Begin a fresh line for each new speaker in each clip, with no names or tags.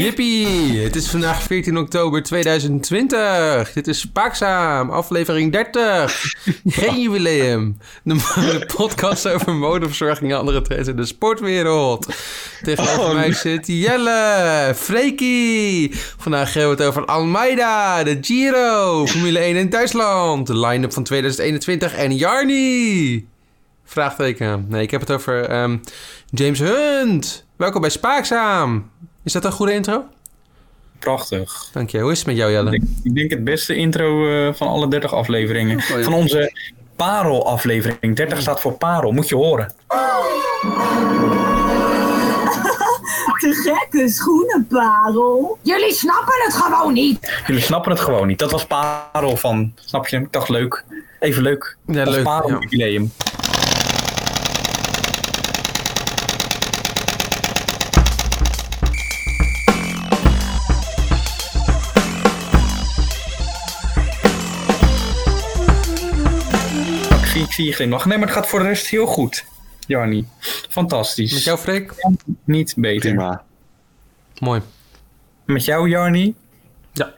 Jippie! Het is vandaag 14 oktober 2020. Dit is Spaakzaam, aflevering 30. Geen jubileum. De, de podcast over modeverzorging en andere trends in de sportwereld. Tegenover
Oh,
mij
nee.
zit Jelle, Freekie. Vandaag hebben we het over Almeida, de Giro, Formule 1 in Duitsland, de line-up van 2021 en Jarni. Vraagteken. Nee, ik heb het over ehm, James Hunt. Welkom bij Spaakzaam. Is dat een goede intro?
Prachtig.
Dank je. Hoe is het met jou, Jelle?
Ik, ik denk het beste intro eh, van alle 30 afleveringen.
ja.
Van onze parel-aflevering. 30 staat voor parel, moet je horen.
Te gekke schoenenparel.
Jullie snappen het gewoon niet.
Jullie snappen het gewoon niet. Dat was parel van, snap je? Ik dacht leuk. Even leuk.
Ja,
Dat was
leuk,
Parel
ja.
jubileum. Ik zie, ik zie je glimlach. Nee, maar het gaat voor de rest heel goed. Jarni, fantastisch.
Met jou, Freek?
niet beter.
Prima.
Mooi.
Met jou, Jarni?
Ja,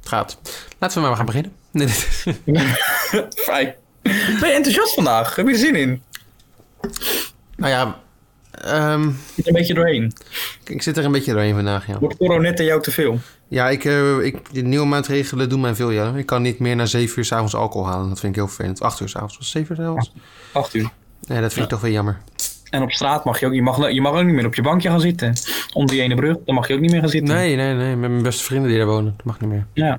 het gaat. Laten we maar gaan beginnen. Nee, dit-
Fijn. Ben je enthousiast vandaag? Heb je er zin in?
nou ja, ehm,
Je zit een beetje doorheen.
ik zit er een beetje doorheen vandaag, ja.
Wordt coronet en jou te veel?
Ja, ik, eh, ik, de nieuwe maatregelen doen mij veel, Jelle. Ik kan niet meer na 7 uur s'avonds alcohol halen. Dat vind ik heel vervelend. 8 uur s'avonds. Was het 7 uur s'avonds?
Acht uur.
Nee, dat vind ik toch wel jammer.
En op straat mag je ook, je mag, je mag ook niet meer op je bankje gaan zitten. Om die ene brug, dan mag je ook niet meer gaan zitten.
Nee, nee, nee. Met mijn beste vrienden die daar wonen. Dat mag niet meer.
Ja.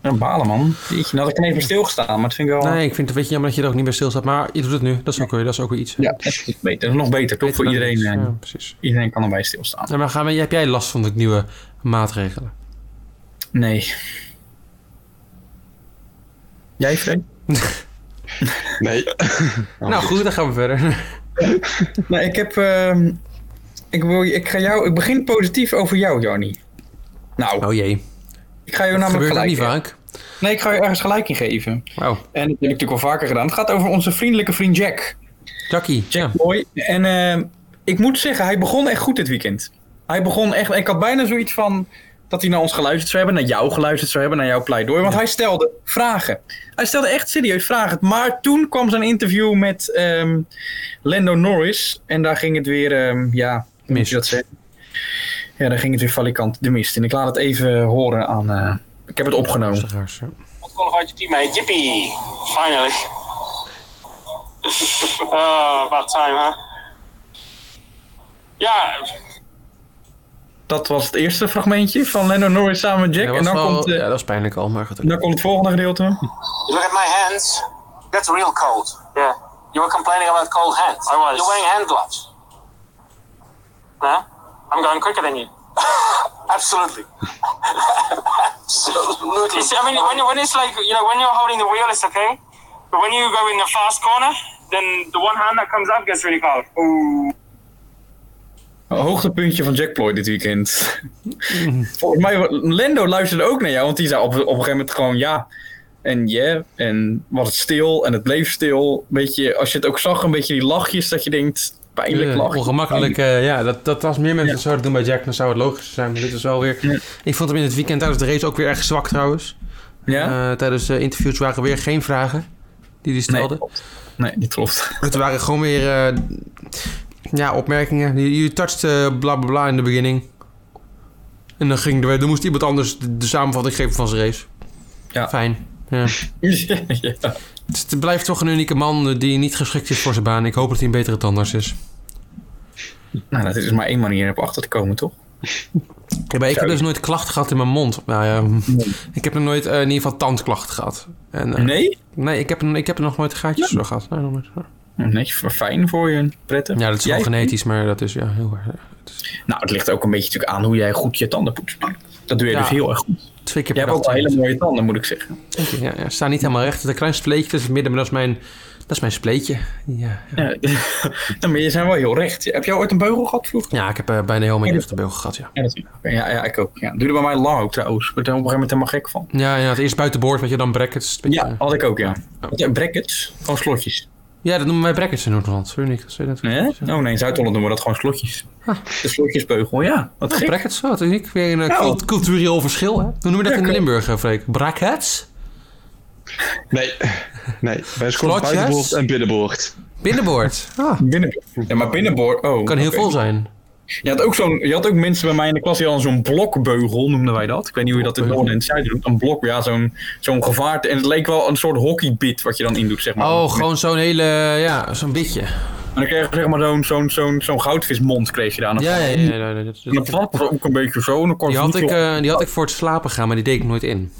Een balen, man. Jeetje, nou had ik er even stilgestaan, maar het vind ik wel...
Nee, ik vind het een beetje jammer dat je er ook niet bij stilstaat. Maar je doet het nu. Dat is ook weer, dat is ook weer iets.
Ja, het is beter. Dat is nog beter, toch?
Beter
Voor
dan
iedereen.
niks.
eh,
Ja, precies.
Iedereen kan erbij stilstaan.
Nou, maar gaan we, heb jij last van de nieuwe maatregelen?
Nee. Jij, Freek?
Nee.
nou goed, dan gaan we verder.
Nou, ik heb... ehm, ik, wil, ik, ga jou, ik begin positief over jou, Jarni. Nou,
Oh jee.
ik ga jou
Dat
namelijk
gebeurt ook
gelijk...
niet Oh, vaak.
Nee, ik ga je ergens gelijk in geven.
Wauw.
En dat heb ik natuurlijk al vaker gedaan. Het gaat over onze vriendelijke vriend Jack.
Jackie. Ja.
Mooi. En ehm, ik moet zeggen, hij begon echt goed dit weekend. Hij begon echt. Ik had bijna zoiets van. dat hij naar ons geluisterd zou hebben, naar jou geluisterd zou hebben, naar jouw pleidooi. Want hij stelde vragen. Hij stelde echt serieus vragen. Maar toen kwam zijn interview met ehm, Lando Norris. En daar ging het weer. ehm, ja, hoe moet
Mis.
je dat zeggen? Ja, daar ging het weer valikant de mist in. Ik laat het even horen aan. eh, ik heb het
Nou.
opgenomen.
Luisteraars, ja.
qualified your teammate. Yippee! Finally. oh, about time, huh? Yeah,
Dat was het eerste fragmentje van Lando Norris samen met Jack.
Ja, was
en dan
wel-
komt, eh,
ja, dat is pijnlijk al, maar goed.
dan komt het volgende gedeelte.
you look at my hands. That's real cold. Yeah. You were complaining about cold hands. I was. You're wearing hand gloves. Huh? I'm going quicker than you. Absolutely. Absolutely. I mean, when, when it's like, you know, when you're holding the wheel, it's okay. But when you go in the fast corner, then the one hand that comes up gets really cold.
Hoogtepuntje van Jack Ploy dit weekend. Volgens mij, Lando luisterde ook naar jou, want die zei op, op een gegeven moment gewoon ja. En yeah, en was het stil en het bleef stil. Beetje, als je het ook zag, een beetje die lachjes dat je denkt, pijnlijk
Ja,
lach.
ongemakkelijk. eh, ja, dat, dat als meer mensen het zouden doen bij Jack, dan zou het logisch zijn. Maar dit is wel weer... Ik vond hem in het weekend tijdens de race ook weer erg zwak trouwens.
Ja?
Eh, tijdens de interviews waren weer geen vragen die hij
nee,
stelde.
klopt. nee, die klopt.
Het waren gewoon weer eh, ja, opmerkingen. You, you touched eh, bla bla bla in de beginning. En dan, ging er, dan moest iemand anders de, de samenvatting geven van zijn race.
Ja.
Fijn. Ja.
ja.
Het het blijft toch een unieke man eh, die niet geschikt is voor zijn baan. Ik hoop dat hij een betere tandarts is.
Nou, dat is maar één manier om achter te komen, toch?
Ja, maar ik heb
Zou-
dus nooit klachten gehad in mijn mond. Nou ja, ik heb nog nooit eh, in ieder geval tandklachten gehad. En, eh,
Nee?
nee, ik heb, ik heb er nog nooit gaatjes door gehad. Nee, nog nooit.
Nee, fijn voor je, prettig.
Ja, dat is wel
Jij?
genetisch, maar dat is ja, heel erg. Het is
Nou, het ligt ook een beetje natuurlijk aan hoe jij goed je tanden poetst. Dat doe je
Ja.
dus heel erg goed.
Twee keer
Jij
per
hebt ook
dag.
wel hele mooie tanden, moet ik zeggen.
Dank je. Ja, ja, staan niet helemaal recht. Het is een klein spleetje tussen het midden, maar dat is mijn, dat is mijn spleetje. Ja, ja.
Ja, ja, maar je zijn wel heel recht. Heb jij ooit een beugel gehad vroeger?
ja, ik heb eh, bijna heel mijn jeugd de beugel gehad, ja.
Ja, natuurlijk. Ja, ja, ik ook. Ja. Duurde bij mij lang ook trouwens. Ik werd er op een gegeven moment helemaal gek van.
Ja, ja het eerst buitenboord, wat je dan brackets. weet je,
Ja,
eh,
had ik ook, ja. ja brackets? Gewoon slotjes.
Ja, dat noemen wij brekkers in Noord-Holland. Sorry, niks. Sorry, dat-
Hè? Oh nee, in Zuid-Holland noemen we dat gewoon slotjes. De slotjesbeugel, ja. Wat gek.
Brackets, zo. Het is niet weer een eh,
Ja.
cult- cultureel verschil, hè? Hoe noemen we dat in
Nou, Ja,
Limburg, eh, Freek? Brackets?
Nee, nee. Wij scoren
Slotjes?
buitenboord en binnenboord.
Binnenboord. Ah,
Binnen, ja, maar binnenboord. Oh,
kan heel
oké.
vol zijn.
Je had, ook zo'n, je had ook mensen bij mij in de klas die al zo'n blokbeugel noemden wij dat. Ik weet niet hoe je dat in het noorden en het zuiden doet. Een blok, ja, zo'n, zo'n gevaarte. En het leek wel een soort hockeybit wat je dan indoet, zeg maar.
Oh, gewoon zo'n hele, ja, zo'n bitje.
En dan kreeg je zeg maar zo'n, zo'n, zo'n, zo'n goudvismond kreeg je daar. nog.
Ja, ja, ja. ja, ja, dat- dat-
En dat was ook een beetje zo. en Dan kon
Die
je
had,
niet
ik,
zo-
eh, die had ik voor het slapen gaan, maar die deed ik nooit in.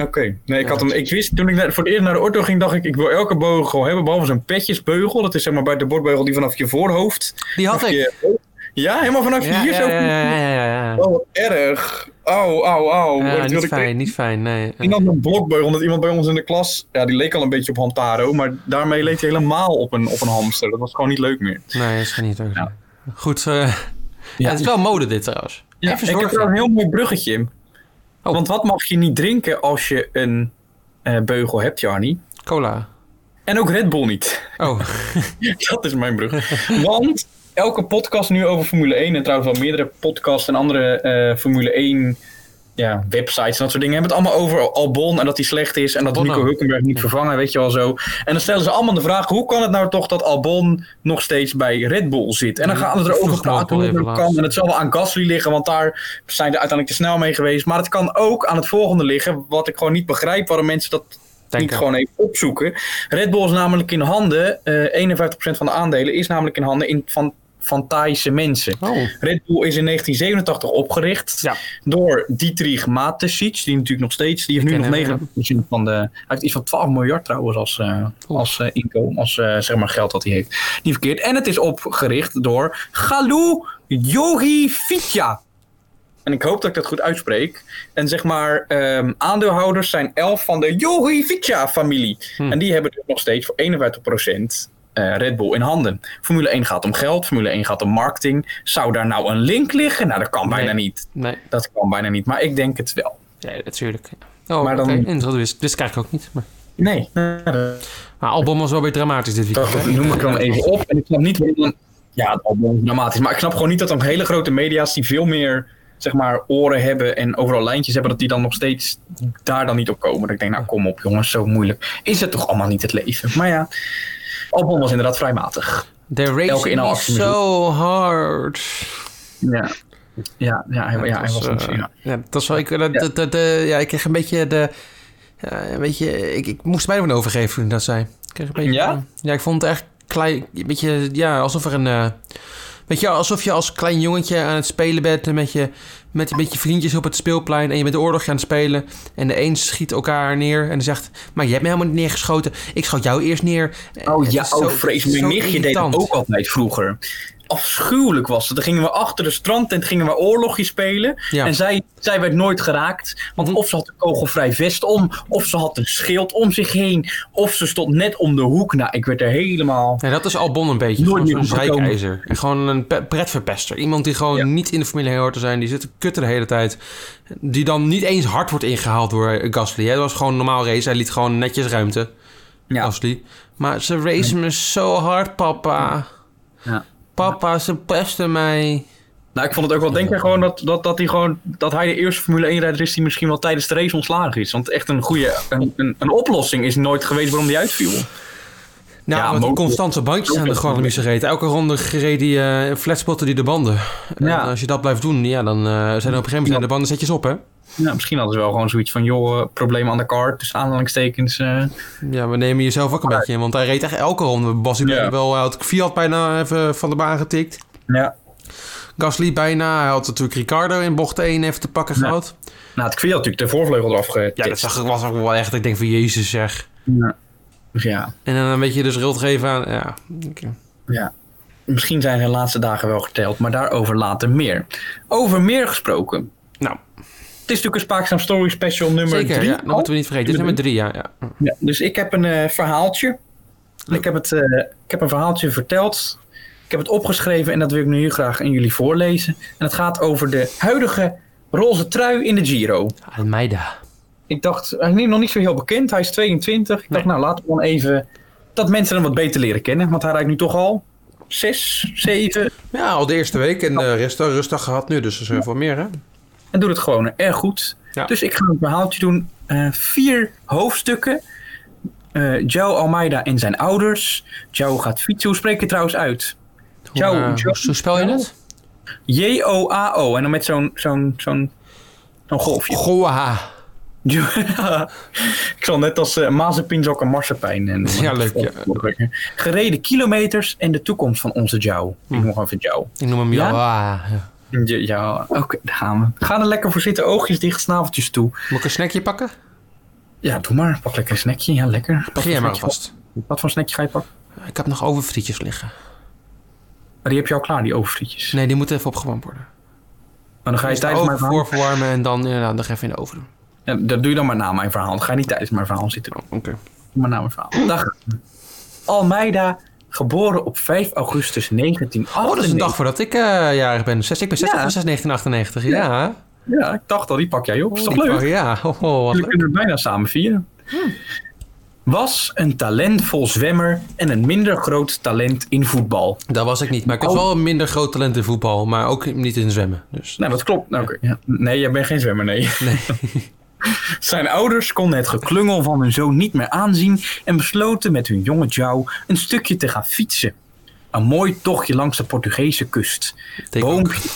Oké.
eh,
Nee, ik, had hem, ik wist toen ik naar- voor het eerst naar de orto ging, dacht ik, ik wil elke beugel hebben, behalve zo'n petjesbeugel. Dat is zeg maar bij de bordbeugel die vanaf je voorhoofd.
Die had
vanaf
ik.
je- ja, helemaal vanaf je
Ja,
hier
ja,
zo.
ja, ja, ja, ja, ja.
Oh, wat erg. Au, au, au.
Ja,
Dat wilde
niet
ik
fijn, niet fijn, nee.
Ik nam een blokbeugel, omdat iemand bij ons in de klas, ja, die leek al een beetje op Hantaro, maar daarmee leek hij helemaal op een, op een hamster. Dat was gewoon niet leuk meer.
Nee, is geen niet ook.
Ja.
Goed, eh, ja. het is wel mode dit trouwens.
Ja,
Even
ik heb
zorgen.
daar een heel mooi bruggetje.
Oh.
Want wat mag je niet drinken als je een eh, beugel hebt, Jarni?
Cola.
En ook Red Bull niet.
Oh,
Dat is mijn brug. Want elke podcast nu over Formule 1, en trouwens wel meerdere podcasts en andere eh, Formule 1 ja, websites en dat soort dingen, hebben het allemaal over Albon en dat hij slecht is en dat
Albon
Nico
ook.
Hulkenberg niet vervangen, weet je wel zo. En dan stellen ze allemaal de vraag, hoe kan het nou toch dat Albon nog steeds bij Red Bull zit? En dan gaan ze
Vroeg me
erover
ook al
praten hoe
even
dat
laatst.
kan. En het zal wel aan Gasly liggen, want daar zijn ze uiteindelijk te snel mee geweest. Maar het kan ook aan het volgende liggen, wat ik gewoon niet begrijp waarom mensen dat
denk
niet gewoon even opzoeken. Red Bull is namelijk in handen, eh 51% van de aandelen is namelijk in handen in, van, van Thaise mensen.
Oh,
Red Bull is in 1987 opgericht
Ja.
door Dietrich Mateschitz, die natuurlijk nog steeds, die heeft nu
ken
nog
hem,
9% van de, hij heeft iets van 12 miljard trouwens als, eh,
Oeh.
als eh, inkomen, als eh, zeg maar geld dat hij heeft. Niet verkeerd. En het is opgericht door Galou Yogi Fitja. En ik hoop dat ik dat goed uitspreek. En zeg maar, ehm, aandeelhouders zijn 11 van de Yogi Fitja familie.
Hm.
En die hebben dus nog steeds voor 51% eh, Red Bull in handen. Formule 1 gaat om geld, Formule 1 gaat om marketing. Zou daar nou een link liggen? Nou, dat kan bijna
Nee.
niet.
nee.
Dat kan bijna niet, maar ik denk het wel.
Ja, natuurlijk. Oh, maar
Maar
dan...
dan-
Dus, dus krijg ik ook niet. Maar,
Nee, nou, dat
maar Albon was wel weer dramatisch dit weekend.
dat
hè?
noem ik dan even op. En ik snap niet waarom dan... Ja, het album is dramatisch. Maar ik snap gewoon niet dat dan hele grote media's die veel meer zeg maar, oren hebben en overal lijntjes hebben, dat die dan nog steeds daar dan niet op komen. Dat ik denk, nou kom op jongens, zo moeilijk. Is het toch allemaal niet het leven? Maar ja, album was inderdaad vrij matig.
They're racing me
inhaalactie moet
so hard.
Ja, ja, ja, hij, ja, hij was niet
eh,
zo- ja.
ja, dat was wel... Ik, dat, dat, dat, eh, ja, ik kreeg een beetje de... Ja, een beetje... Ik, ik moest er bijna van overgeven toen ik dat zei. Ik kreeg een beetje,
Ja?
Ja, ik vond het echt klein... Een beetje... Ja, alsof er een... eh, Weet je, alsof je als klein jongetje aan het spelen bent en met je, met, met je vriendjes op het speelplein en je bent de oorlog aan het spelen en de een schiet elkaar neer en dan zegt, maar je hebt me helemaal niet neergeschoten, ik schoot jou eerst neer.
Oh
Het
ja,
is zo-
oh vrees.
zo
Mijn nichtje deed dat
irritant.
ook altijd vroeger. Afschuwelijk was het. Dan gingen we achter de strandtent gingen we oorlogje spelen.
Ja. Mhm.
En zij, zij werd nooit geraakt. Want of ze had een kogelvrij vest om. Of ze had een schild om zich heen. Of ze stond net om de hoek. Nou, ik werd er helemaal...
Ja, dat is Albon een beetje.
Nooit
Gewoon
meer
zo'n
opgekomen.
zeikijzer. En Gewoon een pe- pretverpester. Iemand die gewoon
Ja.
niet in de familie hoort te zijn. Die zit te kutten de hele tijd. Die dan niet eens hard wordt ingehaald door eh, Gasly. hè. Dat was gewoon een normaal race. Hij liet gewoon netjes ruimte,
Ja.
Gasly. Maar ze racen me zo hard, papa.
Ja.
Papa, ze pesten mij.
Nou, ik vond het ook wel denken gewoon dat, dat, dat, hij gewoon, dat hij de eerste Formule 1-rijder is die misschien wel tijdens de race ontslagen is. Want echt een goede... Een, een, een oplossing is nooit geweest waarom die uitviel.
Nou,
Ja,
want
motor-
constante bandjes aan de
motor-
Guadalupe gereden. Elke ronde gereden die eh, flatspotten die de banden.
Ja.
En als je dat blijft doen, ja, dan eh, zijn er op een gegeven moment zijn de banden zetjes op, hè?
Ja, misschien hadden ze wel gewoon zoiets van... joh, eh, probleem aan de kaart. Dus aanhalingstekens... eh,
Ja, we nemen jezelf ook een beetje in. Want hij reed echt elke ronde. Bas hij
Ja.
bijna wel. Hij had Fiat bijna even van de baan getikt.
ja.
Gasly bijna. Hij had natuurlijk Ricardo in bocht 1 even te pakken gehad.
Nou, het Kvier had natuurlijk de voorvleugel eraf getikt.
Ja, dat zag, ik- was ook wel echt. Ik denk van Jezus zeg.
Ja. Dus ja,
En dan een beetje de schuld geven aan. Ja, oké.
ja. Misschien zijn zijn laatste dagen wel geteld, maar daarover later meer. Over meer gesproken.
nou
Het is natuurlijk een Spaakzaam Story Special nummer
zeker.
3.
Ja, dat moeten we niet vergeten. Dit is nummer 3, ja. ja.
dus ik heb een eh, verhaaltje.
Oh.
Ik heb, het, eh, ik heb een verhaaltje verteld. Ik heb het opgeschreven en dat wil ik nu heel graag aan jullie voorlezen. En het gaat over de huidige roze trui in de Giro.
Almeida.
Ik dacht, hij is nog niet zo heel bekend. Hij is 22. Ik dacht, nou, laten we dan even dat mensen hem wat beter leren kennen. Want hij rijdt nu toch al zes, zeven.
Ja, al de eerste week en eh rustig, rustig gehad nu, dus er zijn veel meer, hè?
En doet het gewoon erg goed.
Ja.
Dus ik ga een verhaaltje doen. Eh, vier hoofdstukken. Eh Jao Almeida en zijn ouders. Jao gaat fietsen. Hoe spreek je het trouwens uit? Jao,
Hoe, eh,
Jao-
hoe spel je het?
J-O-A-O. En dan met zo'n zo'n zo'n zo'n golfje.
Goa.
Ja. ik zal net als eh mazepins ook een marsepein. En,
Ja, leuk, ja.
Gereden kilometers en de toekomst van onze Jao. Ik
Hm.
noem gewoon van Jao.
Ik noem hem
Ja?
Jawa. Ja.
Ja, ja, oké, daar gaan we. Ga er lekker voor zitten, oogjes dicht, snaveltjes toe.
Moet ik een snackje pakken?
Ja, doe maar. Pak lekker een snackje. Ja, lekker. Wat
Begin
voor
jij maar
snackje-
alvast.
Wat voor snackje ga je pakken?
Ik heb nog overfrietjes liggen.
Maar die heb je al klaar, die overfrietjes.
Nee, die moeten even opgewarmd worden.
Maar dan ga je
Eerst de
tijdens mijn
oven
verhaal...
voorverwarmen en dan inderdaad nog even in de oven doen.
Ja, dat doe je dan maar na mijn verhaal. Dan ga je niet tijdens mijn verhaal zitten doen.
Oh, Oké.
Maar na mijn verhaal. Dag. Almeida, geboren op 5 augustus 1998.
Oh, dat is een dag voordat ik eh, jarig ben. Zes, ik ben 60
Ja.
van 6 1998, ja.
Ja, ik dacht al, die pak jij op. Is toch
Die-
leuk?
Ja, oh, wat
Jullie
leuk.
kunnen het bijna samen vieren. Was een talentvol zwemmer en een minder groot talent in voetbal.
Dat was ik niet. Maar ik was
Oh.
wel een minder groot talent in voetbal, maar ook niet in zwemmen. Dus.
Nou, dat klopt. Nou, oké. ja. Nee, jij bent geen zwemmer, nee. Zijn ouders konden het geklungel van hun zoon niet meer aanzien en besloten met hun jonge Jou een stukje te gaan fietsen. Een mooi tochtje langs de Portugese kust.
ik
Boompje,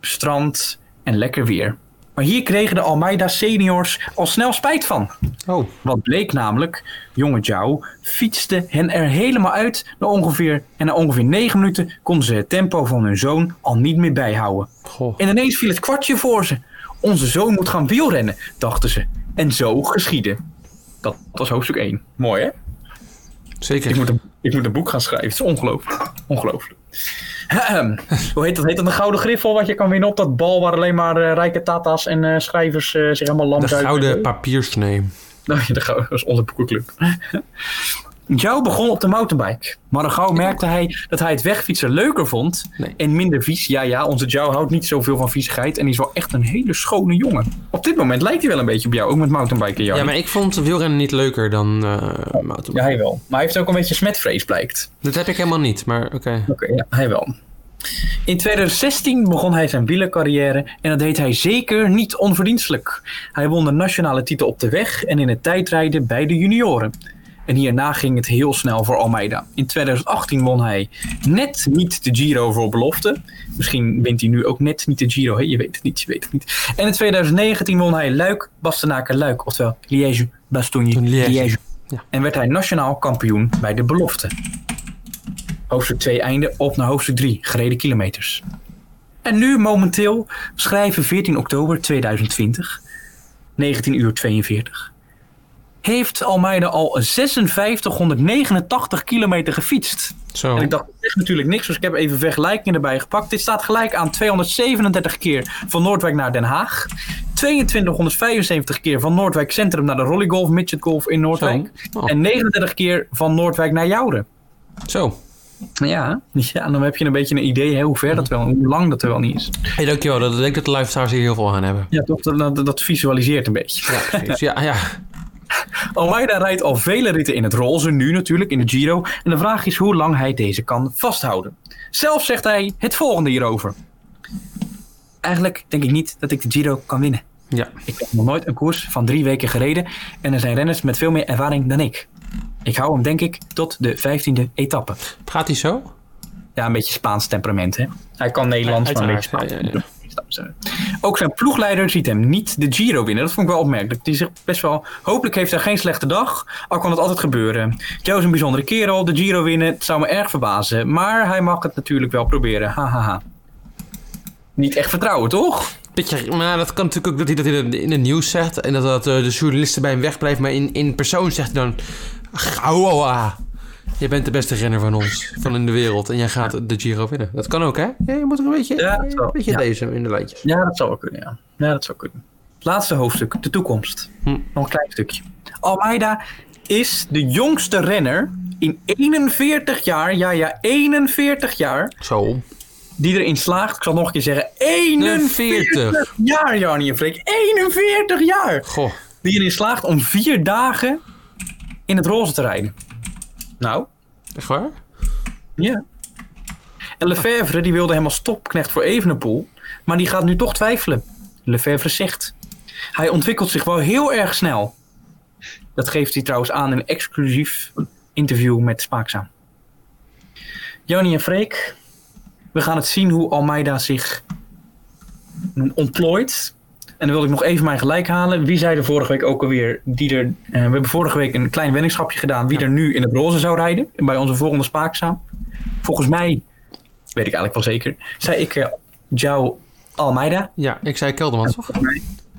strand en lekker weer. Maar hier kregen de Almeida seniors al snel spijt van.
Oh,
Wat bleek namelijk, jonge Jou fietste hen er helemaal uit na ongeveer, en na ongeveer 9 minuten konden ze het tempo van hun zoon al niet meer bijhouden.
goh.
En ineens viel het kwartje voor ze. Onze zoon moet gaan wielrennen, dachten ze. En zo geschiedde. Dat was hoofdstuk 1. Mooi hè?
Zeker.
Ik moet een, ik moet een boek gaan schrijven. Het is ongelooflijk. Ongelooflijk. Ahem. Hoe heet dat? Heet dat een gouden griffel wat je kan winnen op dat bal waar alleen maar eh, rijke tata's en eh, schrijvers eh, zich helemaal lam
De
zuipen?
gouden papiersnee.
Nou ja, de gouden dat is onze boekenclub. Jou begon op de mountainbike. Maar al gauw merkte hij dat hij het wegfietsen leuker vond.
Nee.
En minder vies. Ja, ja, onze Jou houdt niet zoveel van viezigheid. En die is wel echt een hele schone jongen. Op dit moment lijkt hij wel een beetje op jou. Ook met mountainbiken, jou.
Ja, maar ik vond wielrennen niet leuker dan eh mountainbiken.
Ja, hij wel. Maar hij heeft ook een beetje smetvrees, blijkt.
Dat heb ik helemaal niet, maar oké.
Oké, ja, hij wel. In 2016 begon hij zijn wielercarrière en dat deed hij zeker niet onverdienstelijk. Hij won de nationale titel op de weg en in het tijdrijden bij de junioren. En hierna ging het heel snel voor Almeida. In 2018 won hij net niet de Giro voor belofte. Misschien wint hij nu ook net niet de Giro, hè? je weet het niet, je weet het niet. En in 2019 won hij Luik, Bastenaken Luik, oftewel Liège, Bastogne,
Liège.
Liège.
Ja.
En werd hij nationaal kampioen bij de belofte. Hoofdstuk 2 einde op naar hoofdstuk 3, gereden kilometers. En nu momenteel schrijven 14 oktober 2020, 19 uur 42. Heeft Almeida al 5689 kilometer gefietst?
Zo.
En ik dacht, dat zegt natuurlijk niks, dus ik heb even vergelijkingen erbij gepakt. Dit staat gelijk aan 237 keer van Noordwijk naar Den Haag. 2275 keer van Noordwijk Centrum naar de Rollygolf, Midgetgolf in Noordwijk.
Zo. Oh.
En 39 keer van Noordwijk naar Jouren.
Zo.
Ja, ja, dan heb je een beetje een idee hè, hoe ver dat wel en hoe lang dat er wel niet is.
Hey, dankjewel. Dat, ik denk dat de luisteraars hier heel veel aan hebben.
Ja, toch? Dat, dat, dat visualiseert een beetje.
Ja, precies. ja, ja.
Almeida rijdt al vele ritten in het roze, nu natuurlijk, in de Giro. En de vraag is hoe lang hij deze kan vasthouden. Zelf zegt hij het volgende hierover. Eigenlijk denk ik niet dat ik de Giro kan winnen.
ja.
Ik heb nog nooit een koers van drie weken gereden en er zijn renners met veel meer ervaring dan ik. Ik hou hem denk ik tot de 15e etappe.
Praat hij zo?
Ja, een beetje Spaans temperament, hè? Hij kan Nederlands, maar een beetje
Uiteraard,
Spaans. temperament. Ook zijn ploegleider ziet hem niet de Giro winnen. Dat vond ik wel opmerkelijk. Die zegt best wel... Hopelijk heeft hij geen slechte dag, al kan het altijd gebeuren. Joe is een bijzondere kerel, de Giro winnen, het zou me erg verbazen. Maar hij mag het natuurlijk wel proberen, hahaha. Niet echt vertrouwen, toch?
Beetje, maar dat kan natuurlijk ook dat hij dat in het, in het nieuws zegt. En dat, dat eh, de journalisten bij hem wegblijven. Maar in, in persoon zegt hij dan... Gauwa. Je bent de beste renner van ons. Van in de wereld. En jij gaat de Giro winnen. Dat kan ook, hè? Ja, je moet er een beetje,
Ja, dat wel.
een beetje
Ja.
deze in de lijntjes.
Ja, dat zou wel kunnen, ja. Ja, dat zou kunnen. Het laatste hoofdstuk, de toekomst.
Hm.
Nog een klein stukje. Almeida is de jongste renner in 41 jaar, ja ja, 41 jaar,
Zo.
die erin slaagt, ik zal het nog een keer zeggen, 41 jaar, Jarnie en Freek. 41 jaar!
Goh.
Die erin slaagt om vier dagen in het roze te rijden. Nou,
Echt waar?
ja. En Lefevre die wilde helemaal stopknecht voor Evenepoel. Maar die gaat nu toch twijfelen. Lefevre zegt. Hij ontwikkelt zich wel heel erg snel. Dat geeft hij trouwens aan in een exclusief interview met Spaakzaam. Joni en Freek. We gaan het zien hoe Almeida zich ontplooit. En dan wil ik nog even mijn gelijk halen. Wie zei er vorige week ook alweer? Die er, eh, we hebben vorige week een klein weddenschapje gedaan. Wie er nu in het roze zou rijden. Bij onze volgende spaakzaam. Volgens mij, weet ik eigenlijk wel zeker. Zei ik eh Jao Almeida.
Ja, ik zei Kelderman, toch?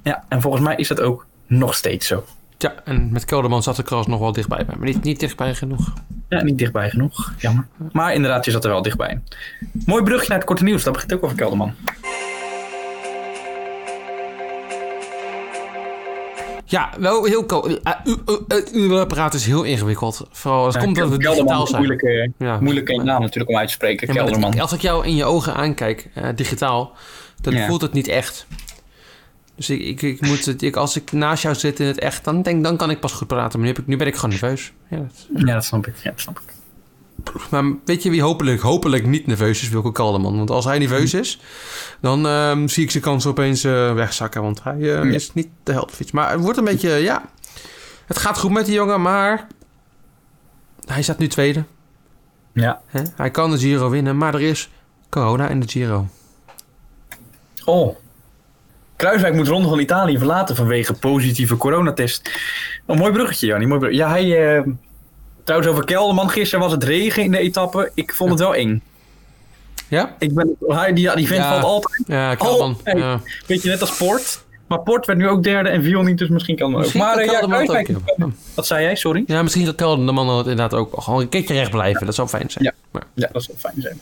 Ja, en volgens mij is dat ook nog steeds zo.
Ja, en met Kelderman zat de kras nog wel dichtbij bij, maar niet, niet dichtbij genoeg.
Ja, niet dichtbij genoeg. Jammer. Maar inderdaad, je zat er wel dichtbij. Mooi brugje naar het korte nieuws. Dat begint ook over Kelderman.
Ja, wel heel... ko- eh, eh, eh, eh, apparaat is heel ingewikkeld. Vooral als het komt dat we
Kelderman
digitaal
is een
zijn.
moeilijke,
Ja.
moeilijke naam natuurlijk om uit te spreken.
Ja, maar
Kelderman.
dat- als ik jou in je ogen aankijk, eh, digitaal, dan
Ja.
voelt het niet echt. Dus ik, ik, ik moet het, ik, als ik naast jou zit in het echt, dan denk dan kan ik pas goed praten. Maar nu, heb ik, nu ben ik gewoon nerveus. Ja, dat-
Ja, dat snap ik. Ja, dat snap ik.
maar weet je wie hopelijk, hopelijk niet nerveus is? Wilco Kalderman. Want als hij nerveus
Hm.
is, dan ehm, zie ik zijn kans opeens eh, wegzakken. Want hij eh, is niet de helpfiets. Maar het wordt een beetje, ja... Het gaat goed met die jongen, maar... Hij staat nu tweede.
Ja.
Hè? Hij kan de Giro winnen, maar er is corona in de Giro.
Oh. Kruiswijk moet Ronde van Italië verlaten vanwege positieve coronatest. Een mooi bruggetje, Jannie. Mooi bruggetje. Ja, hij... eh, trouwens, over Kelderman. Gisteren was het regen in de etappe. Ik vond het wel eng.
Ja?
Ik ben, hij, die, die vent
Ja.
valt altijd.
Ja, eh, Kelderman.
Oh, hey.
ja.
Weet je, net als Port. Maar Port werd nu ook derde en Vion niet, dus misschien kan dat ook.
Misschien
Maar
kan
eh, ja,
Kelderman het
Kruiswijk...
ook hebben.
Wat zei jij? Sorry.
Ja, misschien kan Kelderman het inderdaad ook gewoon een keertje recht blijven. Dat zou fijn zijn.
Ja.
Maar,
Ja, dat zou fijn zijn.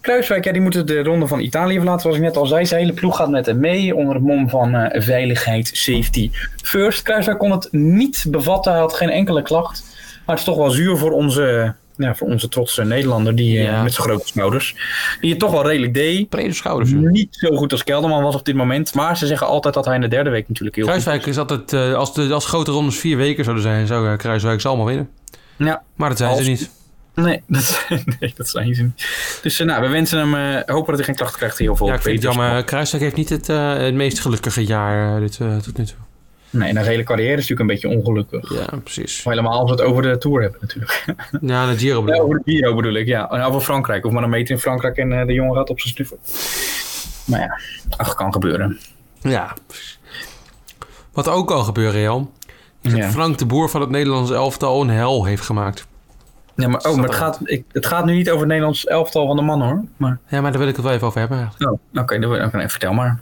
Kruiswijk, ja, die moeten de ronde van Italië verlaten. Zoals ik net al zei, zijn hele ploeg gaat met hem mee. Onder het mom van eh, veiligheid, safety first. Kruiswijk kon het niet bevatten. Hij had geen enkele klacht. Maar het is toch wel zuur voor onze, ja, voor onze trotse Nederlander. Die, eh,
Ja.
Met zijn grote schouders. Die het toch wel redelijk deed.
brede schouders. hè.
Niet zo goed als Kelderman was op dit moment. Maar ze zeggen altijd dat hij in de derde week natuurlijk heel
Kruiswijk is altijd, eh, als, de, als grote rondes vier weken zouden zijn, zou eh, Kruiswijk ze allemaal winnen.
goed Ja,
Maar dat zijn ze
Als-
niet.
nee dat, nee, dat zijn ze niet. Dus eh, nou, we wensen hem... eh, hopen dat hij geen klachten krijgt heel veel.
Ja, ik vind het jammer. Kruiswijk heeft niet het, eh, het meest gelukkige jaar eh, dit, eh, tot nu toe.
Nee, en de hele carrière is natuurlijk een beetje ongelukkig.
Ja, precies.
Maar helemaal als we het over de Tour hebben natuurlijk.
Ja, de Giro
Ja,
bedoel ik.
over de Giro bedoel ik, ja. En over Frankrijk. Of maar een meter in Frankrijk en eh, de jongen gaat op zijn snuffel. Maar ja, ach, kan gebeuren.
Ja, precies. Wat ook kan gebeuren, Jan. Is dat
Ja.
Frank de Boer van het Nederlandse elftal een hel heeft gemaakt.
Ja, maar, oh, maar het, gaat, ik, het gaat nu niet over het Nederlands elftal van de mannen hoor. Maar,
Ja, maar daar wil ik het wel even over hebben eigenlijk.
oh, oké, dan wil ik ook even vertel maar.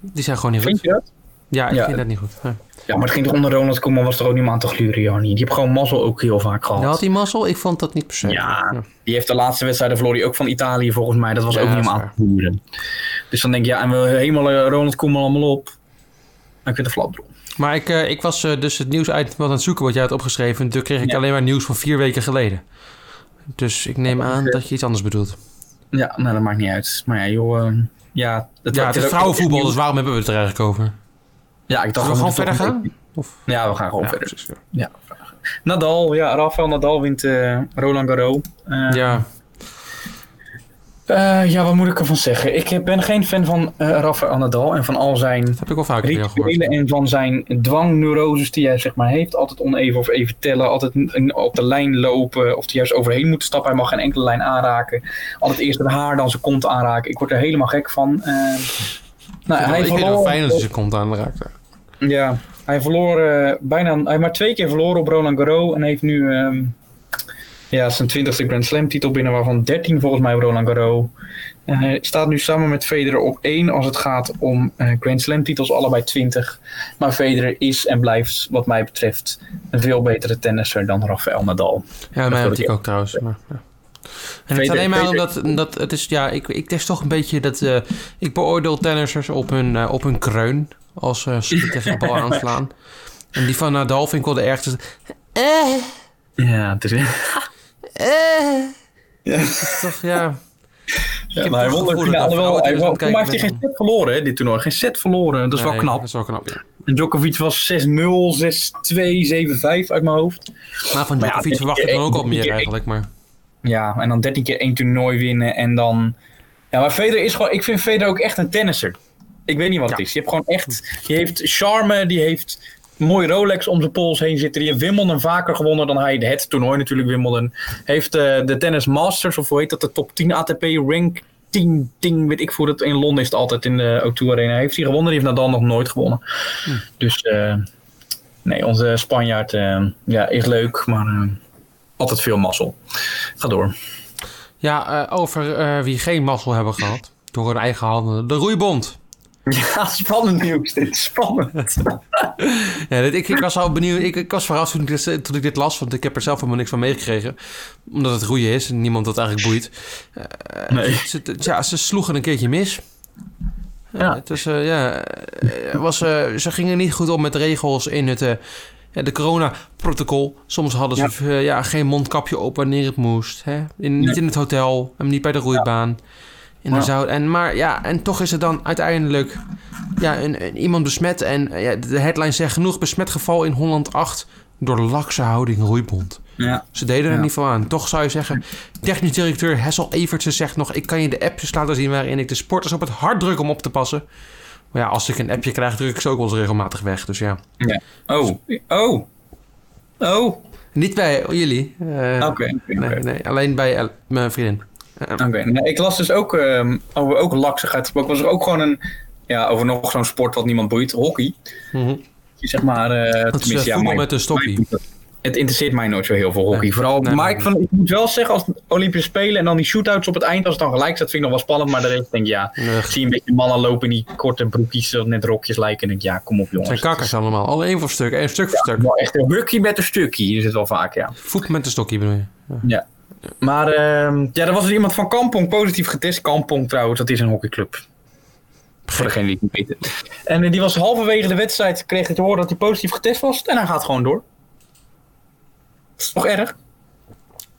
Die zijn gewoon niet
Vind
goed.
je dat?
Ja, ik
Ja.
vind dat niet goed. Ja.
Ja, maar het ging toch onder Ronald Koeman was toch ook niet meer aan te gluren, Jarnie. Die heeft gewoon mazzel ook heel vaak gehad.
Ja, Nou, had hij mazzel? Ik vond dat niet per se.
Ja, die heeft de laatste wedstrijd de verloor die ook van Italië volgens mij. Dat was
Ja,
ook niet
dat
om
is
aan te voeren. Dus dan denk je, ja, en we helemaal eh, Ronald Koeman allemaal op. Dan kun je de flap erop.
Maar ik, eh, ik was eh, dus het nieuwsitem wat aan het zoeken wat jij had opgeschreven. En toen kreeg ik
Ja.
alleen maar nieuws van vier weken geleden. Dus ik neem aan dat eh, je iets anders bedoelt.
Ja, nou dat maakt niet uit. Maar ja, joh. eh, ja,
Ja, het is
ook-
vrouwenvoetbal, dus waarom hebben we het er eigenlijk over?
Ja, ik dacht
Zullen we gewoon
moeten
verder
toch-
gaan? Of?
Ja, we gaan gewoon
Ja,
verder.
precies, ja.
Ja, vragen. Nadal, ja, Rafael Nadal wint eh, Roland Garros. Eh,
Ja,
eh, ja, wat moet ik ervan zeggen? Ik ben geen fan van eh, Rafael Nadal en van al zijn
dat heb ik wel vaker weer gehoord.
rituelen en van zijn dwangneuroses die hij zeg maar heeft. Altijd oneven of even tellen, altijd n- n- op de lijn lopen of die juist overheen moet stappen. Hij mag geen enkele lijn aanraken. Altijd eerst het haar, dan zijn kont aanraken. Ik word er helemaal gek van. Eh, nou,
Ja, ik vind het wel
verloor-
fijn dat hij zijn kont aanraakt.
Ja, hij verloor eh, bijna. Hij heeft maar twee keer verloren op Roland Garros en heeft nu ehm, ja, zijn twintigste Grand Slam titel binnen, waarvan 13 volgens mij op Roland Garros. En hij staat nu samen met Federer op één als het gaat om eh, Grand Slam titels, allebei 20. Maar Federer is en blijft, wat mij betreft, een veel betere tennisser dan Rafael Nadal.
Ja, mij
wil
had
ik
ik ook trouwens. Maar, ja. En het is
Tweede-
alleen maar
tweede-
omdat dat het is, ja, ik, ik test toch een beetje dat eh, ik beoordeel tennissers op hun, eh, op hun kreun als eh, ze ze tegen de bal aanslaan. En die van Nadal vind ik wel de ergste. Eh,
Ja, het is.
eh. Ja. Toch, ja.
Ja, maar hij won de
gevoel dat dat
finale wel.
vrouwen
Hij
thuis aan
won-
het kijken
maar heeft hij
zijn.
geen set verloren, hè, dit toernooi? Geen set verloren, dat is wel
Nee,
knap.
Dat is wel knap, ja.
En Djokovic was 6-0, 6-2, 7-5 uit mijn hoofd.
Maar van
Maar ja,
Djokovic
dit-
verwacht ik dan ook al
dit-
meer
dit-
eigenlijk, maar...
Ja, en dan 13 keer één toernooi winnen en dan... Ja, maar Federer is gewoon... Ik vind Federer ook echt een tennisser. Ik weet niet wat het is. Je hebt gewoon echt... Die heeft charme, die heeft een mooi Rolex om zijn pols heen zitten. Die heeft Wimbledon vaker gewonnen dan hij het toernooi natuurlijk Wimbledon. Heeft eh, de Tennis Masters, of hoe heet dat, de top 10 ATP rank 10 ding, weet ik voor het in Londen is het altijd in de O2 Arena. Heeft hij gewonnen, die heeft Nadal nog nooit gewonnen. Dus eh, nee, onze Spanjaard eh, ja, is leuk, maar eh, altijd veel mazzel. Ga door.
Ja, eh, over eh, wie geen mazzel hebben gehad. Door hun eigen handen. De roeibond.
Ja, spannend nieuws. Dit is spannend.
Ja, dit- ik, ik was al benieuwd. Ik, ik was verrast toen ik, dit, toen ik dit las. Want ik heb er zelf helemaal niks van meegekregen. Omdat het roeien is en niemand dat eigenlijk boeit. Eh,
Nee.
Ze, ja, ze sloegen een keertje mis.
Ja.
Het is, eh, ja, eh, was, eh, ze gingen niet goed om met regels in het eh, ja, de corona-protocol. Soms hadden ze eh, ja, geen mondkapje op wanneer het moest. Hè? In, niet
Nee.
in het hotel, en niet bij de roeibaan. En dan
Ja.
zou, en, maar ja, en toch is er dan uiteindelijk ja, een, een- iemand besmet. En eh, ja, de headline zegt genoeg besmet geval in Holland 8 door lakse houding roeibond.
Ja.
Ze deden er
Ja.
niet van aan. Toch zou je zeggen, technisch directeur Hessel Evertsen zegt nog... ik kan je de appjes laten zien waarin ik de sporters op het hart druk om op te passen. Maar ja, als ik een appje krijg, druk ik ze ook wel eens regelmatig weg. Dus ja,
Oh. Oh. Oh. Oké.
niet bij jullie. eh,
oké,
nee,
oké.
nee, alleen bij eh, mijn vriendin.
Oké, nou, ik las dus ook ehm, over ook laksigheid gesproken. Was er ook gewoon een. Ja, over nog zo'n sport wat niemand boeit: hockey.
Mhm.
Zeg maar. eh,
Dat is eh,
tenminste, ja,
voetbal
mijn-
met een stokkie.
mijn- het interesseert mij nooit zo heel veel hockey.
Nee.
Vooral,
Nee,
maar
nee,
ik, van, ik moet wel zeggen, als de Olympische Spelen en dan die shootouts op het eind, als het dan gelijk staat, vind ik nog wel spannend. Maar de rest denk ik, ja,
Nee,
ik zie een beetje mannen lopen in die korte broekjes, dat net rokjes lijken. En denk ik, ja, kom op
Het zijn
jongens.
kakkers allemaal. Alle één voor stuk, één stuk voor stuk.
Wel echt een bukkie met een stukje, is het wel vaak, ja.
Voet met een stokje bedoel je. Ja.
Ja. Maar ehm, ja, er was dus iemand van Kampong positief getest. Kampong trouwens, dat is een hockeyclub. Voor degene die het niet weten. En eh, die was halverwege de wedstrijd, kreeg hij te horen dat hij positief getest was. En hij gaat gewoon door. Dat is toch erg?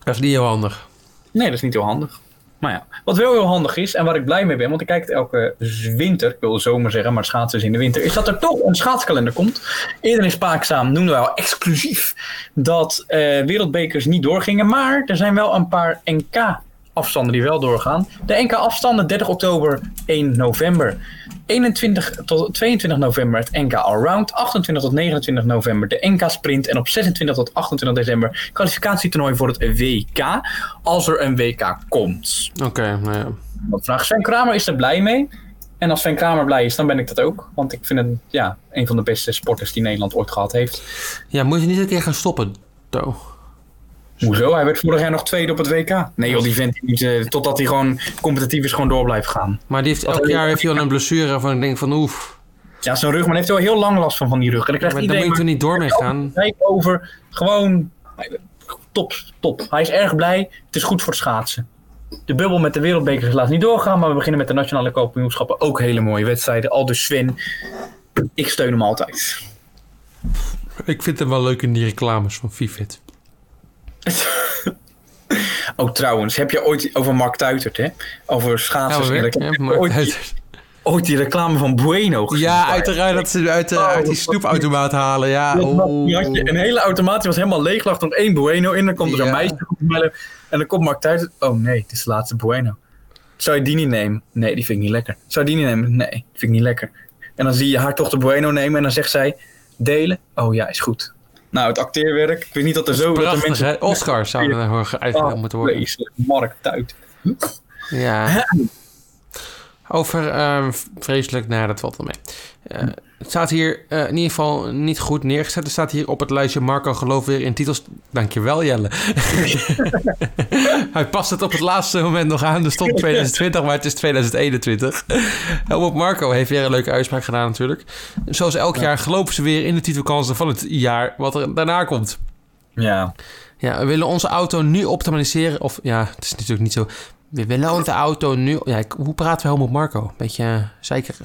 Dat is niet heel handig.
Nee, dat is niet heel handig. Maar ja, wat wel heel handig is en waar ik blij mee ben, want ik kijk het elke z- winter, ik wil zomer zeggen, maar schaatsen is in de winter, is dat er toch een schaatskalender komt. Eerder in Spaakzaam noemden wij al exclusief dat eh, wereldbekers niet doorgingen, maar er zijn wel een paar NK-afstanden die wel doorgaan. De NK-afstanden 30 oktober, 1 november. 21 tot 22 november het NK Allround, 28 tot 29 november de NK Sprint en op 26 tot 28 december kwalificatietoernooi voor het WK, als er een WK komt.
Oké, nou ja.
Wat vraag. Sven Kramer is er blij mee. En als Sven Kramer blij is, dan ben ik dat ook. Want ik vind hem ja, een van de beste sporters die Nederland ooit gehad heeft.
ja, moet je niet een keer gaan stoppen, though.
Hoezo? Hij werd vorig jaar nog tweede op het WK. Nee joh, die vent die moet, eh, totdat hij gewoon competitief is, gewoon door blijft gaan.
Maar die heeft, elk jaar heeft hij wel een blessure waarvan ik denk van oef.
Ja, zo'n rug, maar hij heeft er wel heel lang last van, van die rug. En dan
Maar
krijgt
dan
iedereen
moet je
maar-
er niet door mee gaan.
Kijk over, gewoon top, top. Hij is erg blij. Het is goed voor het schaatsen. De bubbel met de wereldbekers laat niet doorgaan, maar we beginnen met de nationale kampioenschappen. Ook hele mooie wedstrijden. Al dus Sven, ik steun hem altijd.
Ik vind hem wel leuk in die reclames van Fifit.
Oh, trouwens, heb je ooit over Mark Tuitert, hè? Over schaatsers. en reclame. Heb je ooit, die, ooit die reclame van Bueno gezien?
Ja, uiteraard dat ze uit, eh, uit die snoepautomaat halen. Ja, oh.
Oh. Die had je- een hele automaat die was helemaal leeg, lag nog één Bueno in. Dan komt er zo'n
Ja.
meisje opbellen en dan komt Mark Tuitert. Oh nee, het is de laatste Bueno. Zou je die niet nemen? Nee, die vind ik niet lekker. Zou je die niet nemen? Nee, die vind ik niet lekker. En dan zie je haar toch de Bueno nemen en dan zegt zij, delen? Oh ja, is goed. Nou, het acteerwerk. Ik weet niet dat er zo... dat er
Prachtig,
mensen...
hè? Oscar zou er horen uitgenomen
Oh,
moeten worden.
vreselijk. Mark Tuitert.
Ja. Over eh, vreselijk, nou, dat valt wel mee. Eh, het staat hier eh, in ieder geval niet goed neergezet. Er staat hier op het lijstje Marco geloof weer in titels. Dankjewel, Jelle. Hij past het op het laatste moment nog aan. Er stond 2020, maar het is 2021. Helmut Marco heeft weer een leuke uitspraak gedaan natuurlijk. Zoals elk jaar geloven ze weer in de titelkansen van het jaar wat er daarna komt.
Ja.
Ja, we willen onze auto nu optimaliseren. Of ja, het is natuurlijk niet zo. We willen onze auto nu. Ja, ik- hoe praten we helemaal Marco? Beetje eh, zeikerig.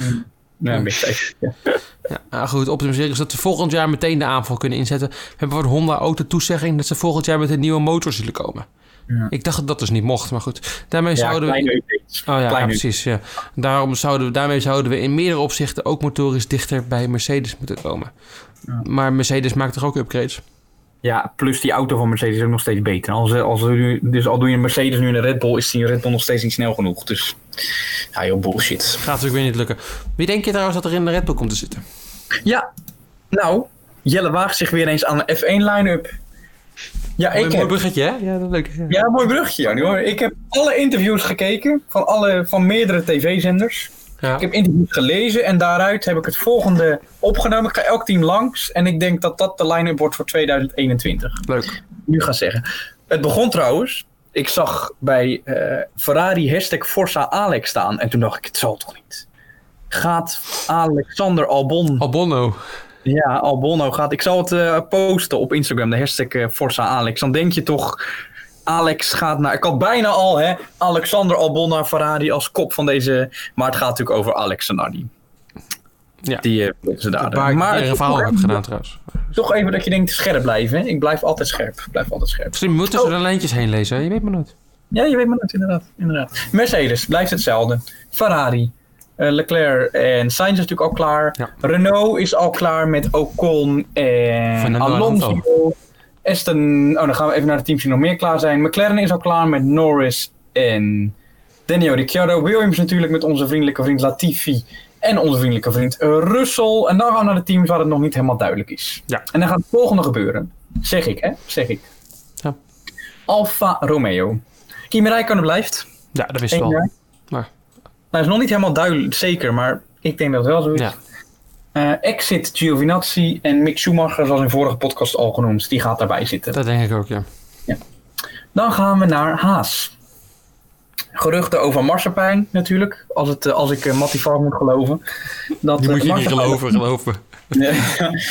Ja, een beetje. Ja.
Ja, ah, goed, optimaliseren is dat ze volgend jaar meteen de aanval kunnen inzetten. We hebben voor de Honda ook de toezegging dat ze volgend jaar met een nieuwe motor zullen komen. Ik dacht dat dat dus niet mocht, maar goed. Daarmee
Ja,
zouden we...
kleine updates.
Oh ja, ja,
Kleine
precies. Ja. Daarom zouden we, daarmee zouden we in meerdere opzichten ook motorisch dichter bij Mercedes moeten komen. Maar Mercedes maakt toch ook upgrades?
Ja, plus die auto van Mercedes is ook nog steeds beter. Als, als, we nu- dus al doe je een Mercedes nu in een Red Bull, is die Red Bull nog steeds niet snel genoeg. Dus ja, joh, bullshit.
Gaat natuurlijk weer niet lukken. Wie denk je trouwens dat er in de Red Bull komt te zitten?
Ja, nou, Jelle waagt zich weer eens aan een F1 line-up. Ja, ik
Mooi, mooi
heb,
bruggetje, hè? Ja, dat is leuk. Ja.
ja, mooi brugje, Jan, hoor. Ik heb alle interviews gekeken van, alle, van meerdere tv-zenders.
Ja.
Ik heb interviews gelezen en daaruit heb ik het volgende opgenomen. Ik ga elk team langs en ik denk dat dat de line-up wordt voor 2021.
Leuk.
nu gaan zeggen. Het begon trouwens. Ik zag bij eh, Ferrari hashtag Forza Alex staan. En toen dacht ik, het zal toch niet. Gaat Alexander Albon...
Albonno.
Ja, Albono gaat... Ik zal het eh, posten op Instagram, de hashtag eh, Forza Alex. Dan denk je toch, Alex gaat naar... Ik had bijna al, hè, Alexander Albon naar Ferrari als kop van deze... Maar het gaat natuurlijk over Alex Zanardi.
Ja.
Die eh, willen ze daar.
Waar ik
maar
maar een
toch
verhaal heb
even-
gedaan trouwens.
Toch even dat je denkt, scherp blijven. hè. Ik blijf altijd scherp. Ik blijf altijd scherp.
Misschien moeten ze de lijntjes heen lezen, hè? je weet maar nooit.
Ja, je weet maar het inderdaad. inderdaad. Mercedes blijft hetzelfde. Ferrari, eh, Leclerc en Sainz is natuurlijk al klaar.
Ja.
Renault is al klaar met Ocon en
Fernando
Alonso.
Alonso.
Aston, oh, dan gaan we even naar de teams die nog meer klaar zijn. McLaren is al klaar met Norris en Daniel Ricciardo. Williams natuurlijk met onze vriendelijke vriend Latifi. En onze vriendelijke vriend eh, Russell. En dan gaan we naar de teams waar het nog niet helemaal duidelijk is.
Ja.
En dan gaat het volgende gebeuren. Zeg ik, hè? Zeg ik.
Ja.
Alfa Romeo. Kimi Räikkönen blijft.
Ja, dat wist je
Eén jaar.
wel. Maar,
Nou, is nog niet helemaal duidelijk, zeker, maar ik denk dat het wel zo is.
ja.
Eh, exit Giovinazzi en Mick Schumacher, zoals in vorige podcast al genoemd, die gaat daarbij zitten.
Dat denk ik ook, ja.
Dan gaan we naar Haas. Geruchten over Marsepijn natuurlijk, als, het, eh, als ik eh, Matty Farm moet geloven. Dat,
Die
eh,
moet je niet
Marzipijn-
geloven, geloven.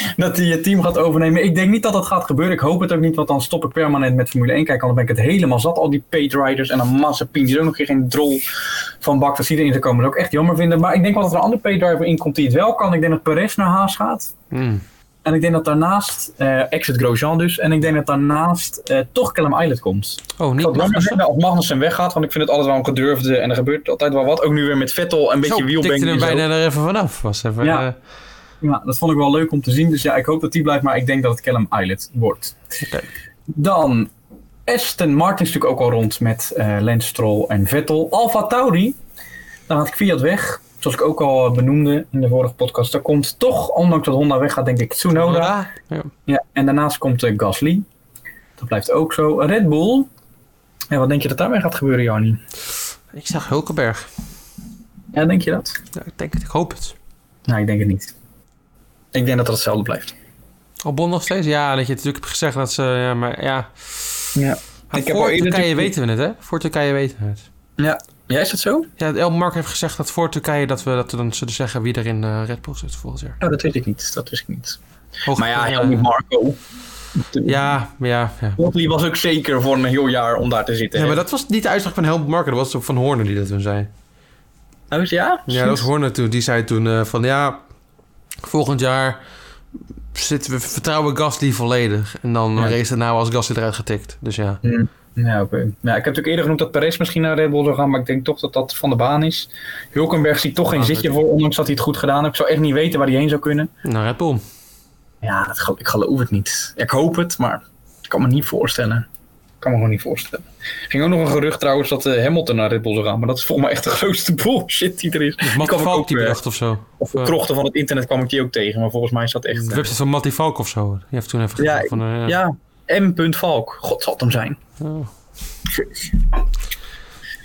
dat hij het team gaat overnemen. Ik denk niet dat dat gaat gebeuren. Ik hoop het ook niet, want dan stop ik permanent met Formule 1 kijken. Want dan ben ik het helemaal zat. Al die paid riders en dan Mazepin, die er ook nog een keer geen drol van bak dat erin te komen. Dat ik echt jammer vinden. Maar ik denk wel dat er een andere paid driver in komt die het wel kan. Ik denk dat Perez naar Haas gaat.
Mm.
En ik denk dat daarnaast, eh, exit Grosjean dus, en ik denk dat daarnaast eh, toch Callum Island komt.
Oh, niet
Ik had jammer
Magnussen.
vinden als Magnussen weggaat, want ik vind het altijd wel een gedurfde en er gebeurt altijd wel wat. Ook nu weer met Vettel, een beetje
Zo, tikte
wielbanking.
hem
en zo.
bijna er even vanaf. Was even,
Ja.
eh,
Ja, dat vond ik wel leuk om te zien. Dus ja, ik hoop dat die blijft, maar ik denk dat het Callum Islet wordt.
Oké.
Dan Aston Martin is natuurlijk ook al rond met eh Lance Stroll en Vettel. Alfa Tauri, daar had ik Fiat weg. Zoals ik ook al eh, benoemde in de vorige podcast. Daar komt toch, ondanks dat Honda weggaat, denk ik Tsunoda.
Ja.
Ja, en daarnaast komt eh, Gasly. Dat blijft ook zo. Red Bull. En wat denk je dat daarmee gaat gebeuren, Jarni?
Ik zag Hulkenberg.
Ja, denk je dat?
Ja, ik denk het, ik hoop het.
Nou, ik denk het niet. Ik denk dat dat hetzelfde blijft.
Albon nog steeds? Ja, dat je natuurlijk hebt gezegd dat ze... Ja, maar ja.
Ja.
Maar
Ik heb
voor
al eerder
Turkije
natuurlijk-
weten we het, hè? Voor Turkije weten we het.
Ja. Ja, is dat zo?
Ja, El Mark heeft gezegd dat voor Turkije dat we, dat we dan zullen zeggen wie er in eh, Red Bull zit volgend jaar.
Nou, dat weet ik niet. Dat wist ik niet.
Hoog-
Maar ja,
eh,
heel niet Marco.
Ja, maar ja, ja.
Motley was ook zeker voor een heel jaar om daar te zitten.
Ja, maar dat was niet de uitslag van Helmut Marko, dat was van Horner die dat toen zei.
Oh, is- ja?
Ja, dat was Horner toen. Die zei toen eh, van ja, volgend jaar zitten we, vertrouwen Gasly volledig. En dan
Ja.
race daarna was Gasly eruit getikt. Dus ja.
Ja, oké. Ja, ik heb natuurlijk eerder genoemd dat Perez misschien naar Red Bull zou gaan, maar ik denk toch dat dat van de baan is. Hulkenberg ziet toch geen
Ah,
zitje
oké.
voor, ondanks dat hij het goed gedaan heeft. Ik zou echt niet weten waar hij heen zou kunnen.
Nou, Red Bull.
Ja, dat gel- ik geloof het niet. Ik hoop het, maar ik kan me niet voorstellen. Ik kan me gewoon niet voorstellen. Er ging ook nog een gerucht trouwens dat eh, Hamilton naar Red Bull zou gaan, maar dat is volgens mij echt de grootste bullshit die er is.
Dus
Die
Matty
kwam ik
Valk
ook,
die
eh,
bedacht of zo.
Of
eh,
krochten van het internet kwam ik die ook tegen, maar volgens mij is dat echt...
De
eh,
website van Matty Valk of zo. Die heeft toen even
Ja,
gezegd van... eh, ja.
Ja, M. Valk. God zal het hem zijn.
Oh.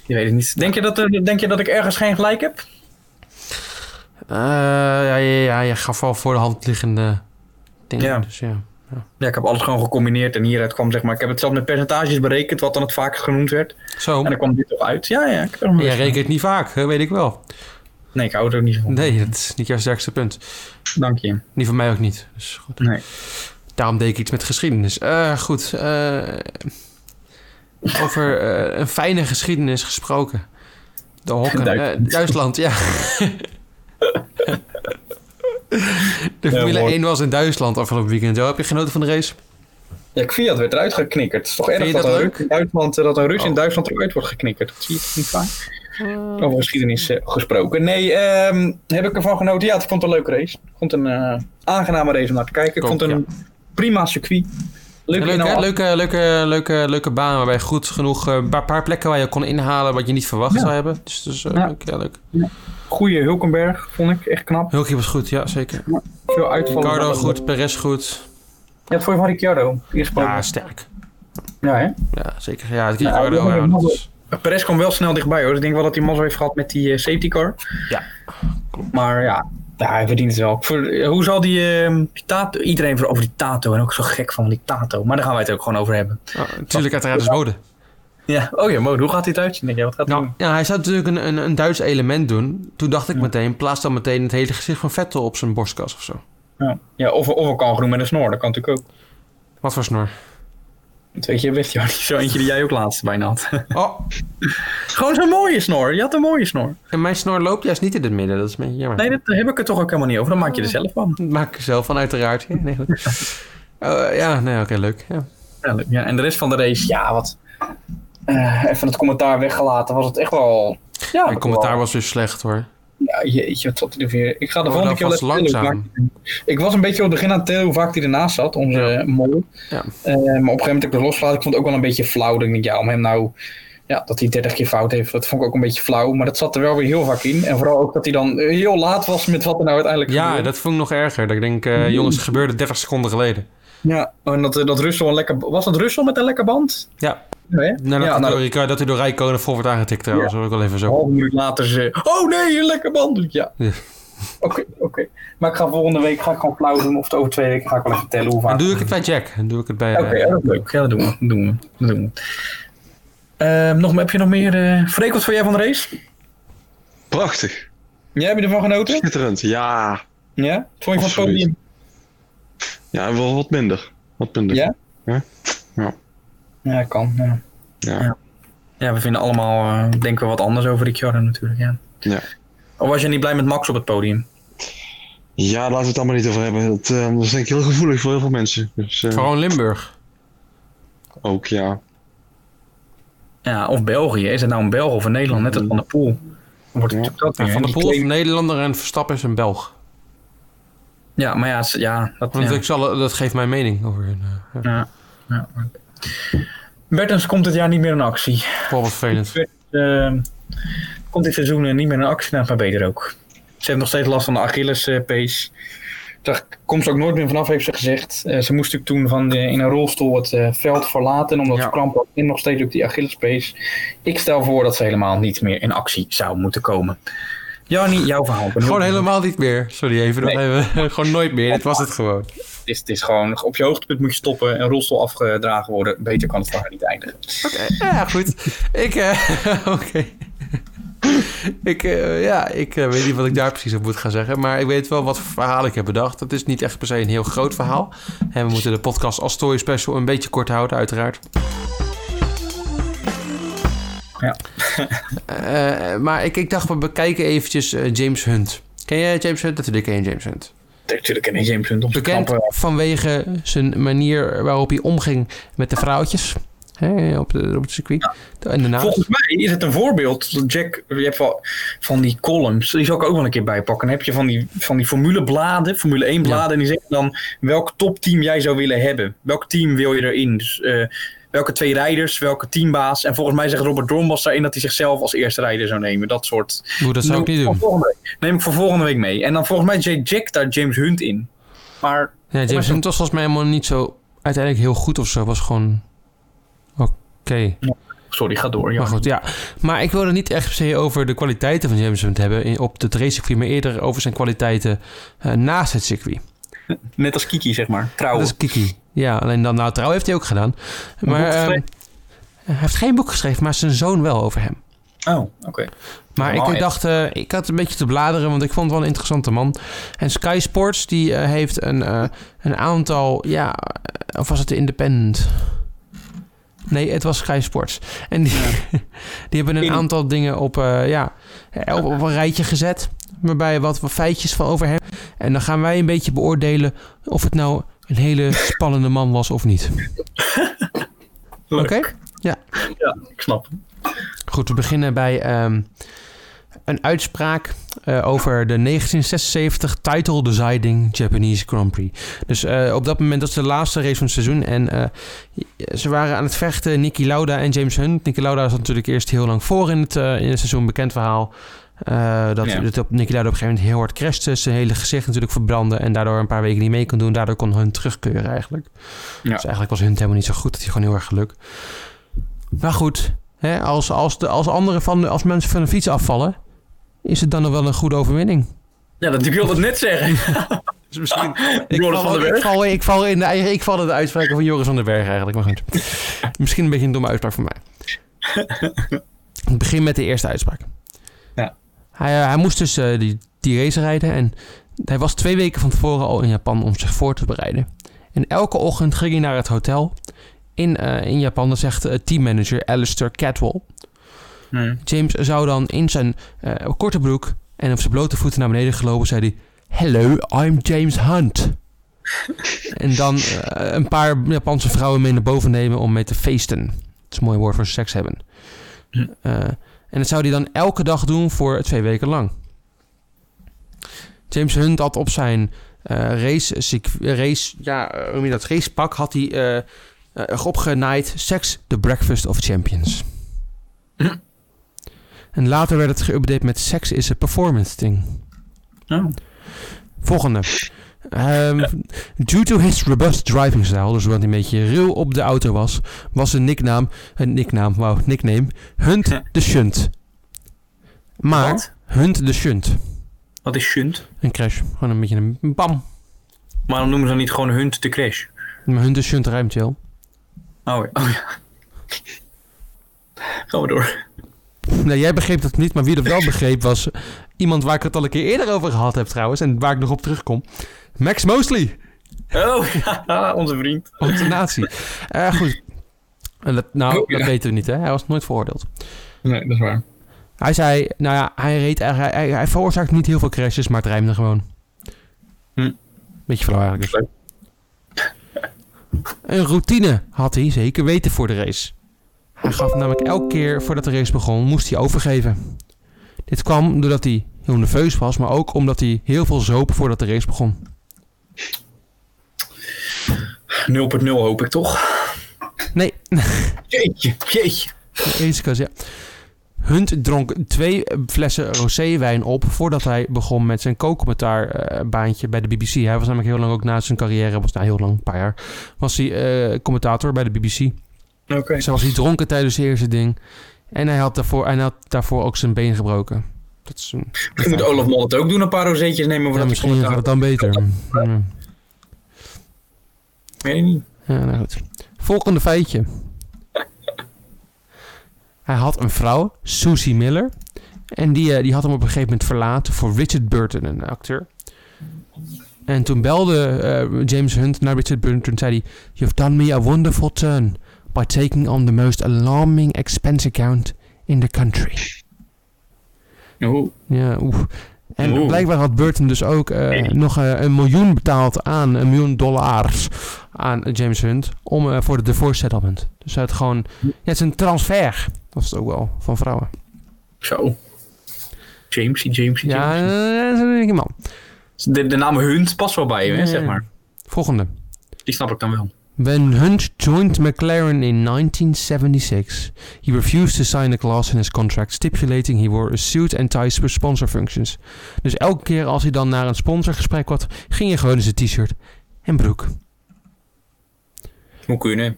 Je weet het niet. Denk je dat, er- denk je dat ik ergens geen gelijk heb?
Eh, ja, ja, ja, je gaf al voor de hand liggende dingen.
Ja.
Dus ja.
Ja, ik heb alles gewoon gecombineerd en hieruit kwam zeg maar. Ik heb het zelf met percentages berekend, wat dan het vaakst genoemd werd.
Zo.
En dan dus kwam dit toch uit. Ja, ja. Ik heb er nog
Jij
eens-
rekent niet vaak, hè, weet ik wel.
Nee, ik hou het ook niet van.
Nee, dat is niet jouw sterkste punt.
Dank je.
Niet van mij ook niet. Dus goed.
Nee.
Daarom deed ik iets met geschiedenis. Eh, goed. eh, over eh, een fijne geschiedenis gesproken. De hokken.
Duitsland.
eh, Duitsland, ja. De Formule
mooi.
1 was in Duitsland afgelopen weekend. Zo, heb je genoten van de race?
Ja, Kviat werd eruit geknikkerd. Het is toch erg
je
dat,
dat
een
leuk? Oh.
Rus in Duitsland, eh, dat een Rus in Duitsland eruit wordt geknikkerd. Dat zie je toch niet vaak. Over geschiedenis eh, gesproken. Nee, ehm, heb ik ervan genoten. Ja, het vond een leuke race. Ik vond een eh, aangename race om naar te kijken. Ik
Klopt,
vond een prima circuit. Leuk eh,
Leuke,
inhoud.
leuke, leuke, leuke, leuke baan waarbij goed genoeg eh, een paar, paar plekken waar je kon inhalen wat je niet verwacht
Ja.
zou hebben. Dus, dus eh,
Ja.
leuk, ja, leuk.
Goeie Hulkenberg, vond ik. Echt knap.
Hulkie was goed, ja, zeker.
Veel uitvallen.
Ricardo
Ja,
goed, Perez goed.
het voor je van Ricciardo. Eerst
Ja,
ja.
sterk.
ja, hè?
Ja, zeker. Ja, het
Ja,
Ricardo,
ja,
ja,
ja,
dat
ja.
is-
Perez kwam wel snel dichtbij hoor. Dus ik denk wel dat hij mazzel heeft gehad met die eh, safety car.
Ja,
Maar ja, ja, hij verdient het wel. Voor, eh, hoe zal die, ehm, die Tato... Iedereen voor over die Tato. En ook zo gek van die Tato. Maar daar gaan wij het ook gewoon over hebben.
Oh, natuurlijk, uiteraard is mode.
Ja. Oh ja, Mo, hoe gaat dit uit? Denk jij, wat gaat hij
Nou,
doen?
ja, hij zou natuurlijk een, een, een Duits element doen. Toen dacht ik meteen, plaats dan meteen het hele gezicht van Vettel op zijn borstkas of zo.
Ja. ja, of, of een kangeroe met een snor. Dat kan natuurlijk ook.
Wat voor snor.
Dat weet je best, Jarnie. Zo eentje die jij ook laatst bijna had.
Oh,
gewoon zo'n mooie snor. Je had een mooie snor.
en mijn snor loopt juist niet in het midden. Dat is een beetje jammer.
Nee, dat daar heb ik er toch ook helemaal niet over. Dan maak je
Oh.
er zelf van.
Dat maak ik er zelf van, uiteraard. Ja, nee, goed. Eh, ja, nee, oké, leuk. Ja.
Ja, leuk. Ja, en de rest van de race, ja, wat... eh, even het commentaar weggelaten, was het echt wel... Ja,
Mijn commentaar was weer slecht, hoor.
Ja, jeetje, wat zat hij er weer. Ik ga de
Oh,
volgende
dat
keer wel
was
even tellen hoe
langzaam.
vaak- Ik was een beetje op het begin aan het tellen hoe vaak hij ernaast zat, onze eh, mol.
Ja.
Eh, maar op een gegeven moment heb ik het losgelaten. Ik vond het ook wel een beetje flauw. Ik denk, ja, om hem nou... Ja, dat hij 30 keer fout heeft, dat vond ik ook een beetje flauw. Maar dat zat er wel weer heel vaak in. En vooral ook dat hij dan eh, heel laat was met wat er nou uiteindelijk
Ja,
gebeurde.
dat vond ik nog erger. Dat ik denk,
Mm.
eh, jongens, het gebeurde 30 seconden geleden.
Ja, Oh, en dat, eh, dat Russell een lekker... Was dat Russell met een lekker band?
Ja,
Ja, hè?
nadat
ja,
hij
nou,
door, Ricardo- dat hij door Rijkonen vol wordt aangetikt trouwens. Dat wil ik wel even
Een
zo.
half minuut later ze. Oh nee, een lekker band. Ja.
Ja.
Oké, oké. Maar ik ga volgende week ga ik gewoon flauw doen. Of over twee weken ga ik wel even tellen hoe vaak.
Dan doe ik het bij Jack. Dan doe ik het bij...
Oké,
eh,
ja, dat is leuk. Ja, dat doen we. Dat doen we. Dat doen we. Ehm, nog, heb je nog meer... eh Freek, wat vond jij van de race?
Prachtig.
Jij hebt je ervan genoten?
Schitterend. Ja.
Ja? Wat Vond je van het
Absoluut.
podium?
Ja, wel wat minder. Wat minder.
Ja? Ja, kan. Ja,
Ja.
Ja. ja we vinden allemaal... eh, denken we wat anders over Ricciardo natuurlijk, ja.
Ja.
Of was je niet blij met Max op het podium?
Ja, laten we het allemaal niet over hebben. Dat, eh, dat is denk ik heel gevoelig voor heel veel mensen. Dus eh,
Gewoon Limburg.
ook, ja.
Ja, of België. Is het nou een Belg of een Nederland? Net als Van der Poel. Dan Wordt het
Ja.
natuurlijk dat
Mm. Ja,
weer,
van
hè?
der
Die
Poel is
twee-
een Nederlander en Verstappen is een Belg.
Ja, maar ja, ze- ja, dat,
Want
ja.
ik zal, dat geeft mijn mening over hun. eh, ja.
Ja, ja. Bertens komt dit jaar niet meer in actie.
Paul wat vervelend.
Ehm, komt dit seizoen eh, niet meer in actie, nou, maar beter ook. Ze heeft nog steeds last van de Achilles-pees. Daar komt ze ook nooit meer vanaf, heeft ze gezegd. Eh, ze moest natuurlijk toen van de, in een rolstoel het eh, veld verlaten, omdat
Ja.
ze kramp had en nog steeds ook die Achillespees. Ik stel voor dat ze helemaal niet meer in actie zou moeten komen. Jannie, jouw verhaal. Ik ben heel
Gewoon
benieuwd.
helemaal niet meer. Sorry even. dat hebben we- gewoon nooit meer. Dit was het gewoon. Oké.
Het is, het is gewoon, op je hoogtepunt moet je stoppen, een rolstoel afgedragen worden. Beter kan het voor haar niet eindigen.
Ja, goed. Ik, eh, oké. Ik, eh, ja, ik eh, weet niet wat ik daar precies op moet gaan zeggen. Maar ik weet wel wat voor verhaal ik heb bedacht. Het is niet echt per se een heel groot verhaal. En we moeten de podcast als story special een beetje kort houden, uiteraard.
Ja.
Eh, maar ik, ik dacht, we bekijken eventjes eh, James Hunt. Ken jij James Hunt? Natuurlijk ken je James Hunt.
Natuurlijk een James Hunt op
Bekend vanwege zijn manier waarop hij omging met de vrouwtjes. Hè, op, de, op het circuit. En daarna.
Volgens mij is het een voorbeeld. Jack, je hebt wel van die columns, die zal ik ook wel een keer bijpakken. Dan heb je van die, van die formulebladen, Formule 1 bladen, en die zeggen dan welk topteam jij zou willen hebben. Welk team wil je erin? Dus, eh, welke twee rijders, welke teambaas. En volgens mij zegt Robert Dornbos daarin dat hij zichzelf als eerste rijder zou nemen. Dat soort.
Oeh, dat zou ik niet
Neem
doen.
voor volgende week- Neem ik voor volgende week mee. En dan volgens mij Jay Jack daar James Hunt in. Maar
Ja, James Hunt was volgens mij helemaal niet zo uiteindelijk heel goed of zo. Was gewoon oké.
sorry, ga door.
Maar
Ja.
goed, ja. Maar ik wil het niet echt per se over de kwaliteiten van James Hunt hebben in, op het racecircuit, maar eerder over zijn kwaliteiten eh, naast het circuit.
Net als Kiki, zeg maar.
Dat
Trouwens.
is Kiki. Ja, alleen dan nou trouw heeft hij ook gedaan. Maar
boek
ehm,
geschreven?
hij heeft geen boek geschreven, maar zijn zoon wel over hem.
Oh, oké.
Maar
Normaal
ik
is-
dacht, eh, ik had een beetje te bladeren, want ik vond het wel een interessante man. En Sky Sports, die eh, heeft een, eh, een aantal, ja, eh, of was het de Independent? Nee, het was Sky Sports. En die, die hebben een
In-
aantal dingen op, eh, ja, eh, op, op een rijtje gezet. Waarbij wat, wat feitjes van over hem. En dan gaan wij een beetje beoordelen of het nou
een hele spannende man was of niet. Oké?
Leuk.
Ja.
Ja, ik snap.
Goed, we beginnen bij ehm, een uitspraak eh, over de 1976 Title Deciding Japanese Grand Prix. Dus eh, op dat moment, dat is de laatste race van het seizoen. En eh, ze waren aan het vechten, Nicky Lauda en James Hunt. Nicky Lauda zat natuurlijk eerst heel lang voor in het, eh, in het seizoen, bekend verhaal. eh, dat
Ja.
dat op Nicky Lauda op een gegeven moment heel hard crashte. Zijn hele gezicht natuurlijk verbrandde. En daardoor een paar weken niet mee kon doen. Daardoor kon Hunt terugkeuren eigenlijk.
Ja.
Dus eigenlijk was Hunt helemaal niet zo goed. Dat hij gewoon heel erg geluk. Maar goed, hè, als, als, de, als, anderen van de, als mensen van de fiets afvallen... is het dan nog wel een goede overwinning.
Ja, dat, ik wilde het net zeggen.
Dus misschien... ik,
Joris van
val,
den
ik,
Berg.
val, ik val in de eigen... Ik val in de uitspraken van Joris van den Berg eigenlijk. Maar goed. misschien een beetje een domme uitspraak voor mij. ik begin met de eerste uitspraak.
Ja.
Hij, eh, hij moest dus eh, die, die race rijden. En hij was twee weken van tevoren al in Japan om zich voor te bereiden. En elke ochtend ging hij naar het hotel. In, eh, in Japan, dat zegt eh, teammanager Alistair Catwall.
Hm.
James zou dan in zijn eh, korte broek en op zijn blote voeten naar beneden gelopen, zei hij: Hello, I'm James Hunt. en dan eh, een paar Japanse vrouwen mee naar boven nemen om mee te feesten. Dat is een mooi woord voor seks hebben. Eh, en dat zou hij dan elke dag doen voor twee weken lang. James Hunt had op zijn eh, race, circu- race, ja, eh, hoe noem je dat, racepak had hij eh, eh, opgenaaid Sex, the Breakfast of Champions. En later werd het geüpdate met Sex is a Performance Thing.
Oh.
Volgende. Ehm, Due to his robust driving style, dus wat een beetje ruw op de auto was, was een nicknaam, een nicknaam, wauw, nickname, Hunt de Shunt. Maar,
Wat?
Hunt de Shunt.
Wat is shunt?
Een crash, gewoon een beetje een bam.
Waarom noemen ze dan niet gewoon hunt de crash?
Maar Hunt de Shunt ruimt wel.
Oh, ja. oh ja. Gaan we door.
Nou, jij begreep dat niet, maar wie dat wel begreep was iemand waar ik het al een keer eerder over gehad heb trouwens, en waar ik nog op terugkom. Max Mosley.
Oh, ja, onze vriend.
Onze natie. Eh, goed. En dat, nou,
Oh, ja.
dat weten we niet, hè? Hij was nooit veroordeeld.
Nee, dat is waar.
Hij zei, nou ja, hij reed, hij, hij, hij veroorzaakt niet heel veel crashes, maar het rijmde gewoon.
Hm.
Beetje flauw eigenlijk. dus. Een routine had hij zeker weten voor de race. Hij gaf namelijk elke keer voordat de race begon, moest hij overgeven. Dit kwam doordat hij heel nerveus was, maar ook omdat hij heel veel zoop voordat de race begon.
0.0 hoop ik toch?
Nee,
Jeetje, jeetje.
Risico's, ja. Hunt dronk twee eh, flessen roséwijn op voordat hij begon met zijn co-commentaarbaantje baantje bij de BBC. Hij was namelijk heel lang ook na zijn carrière, was nou heel lang, een paar jaar, was hij eh, commentator bij de BBC.
Oké.
Ze was hij dronken tijdens het eerste ding en hij had daarvoor, hij had daarvoor ook zijn been gebroken. Dat is een,
Misschien moet Olaf Mol het ook doen, een paar rozetjes nemen voor
ja,
dat
misschien gaat
commentaar.
het dan beter. Ja.
Weet ik niet.
Ja, nou goed. Volgende feitje. Hij had een vrouw, Susie Miller. En die, eh, die had hem op een gegeven moment verlaten voor Richard Burton, een acteur. En toen belde eh, James Hunt naar Richard Burton en zei hij... You've done me a wonderful turn by taking on the most alarming expense account in the country.
Oeh.
Ja, oef. En
Oeh.
blijkbaar had Burton dus ook eh,
Nee.
nog eh, een miljoen betaald aan, een miljoen dollars aan James Hunt om, eh, voor de divorce settlement. Dus hij had gewoon, ja, het is een transfer, was het ook wel, van vrouwen.
Zo. Jamesy, Jamesy,
Ja,
Jamesy.
eh, dat is een dikke man.
De, de naam Hunt past wel bij hem, hè,
Ja.
zeg maar.
Volgende.
Die snap ik dan wel.
When Hunt joined McLaren in 1976, he refused to sign a clause in his contract stipulating he wore a suit and ties for sponsor functions. Dus elke keer als hij dan naar een sponsorgesprek had, ging hij gewoon in zijn t-shirt en broek.
Hoe kunnen?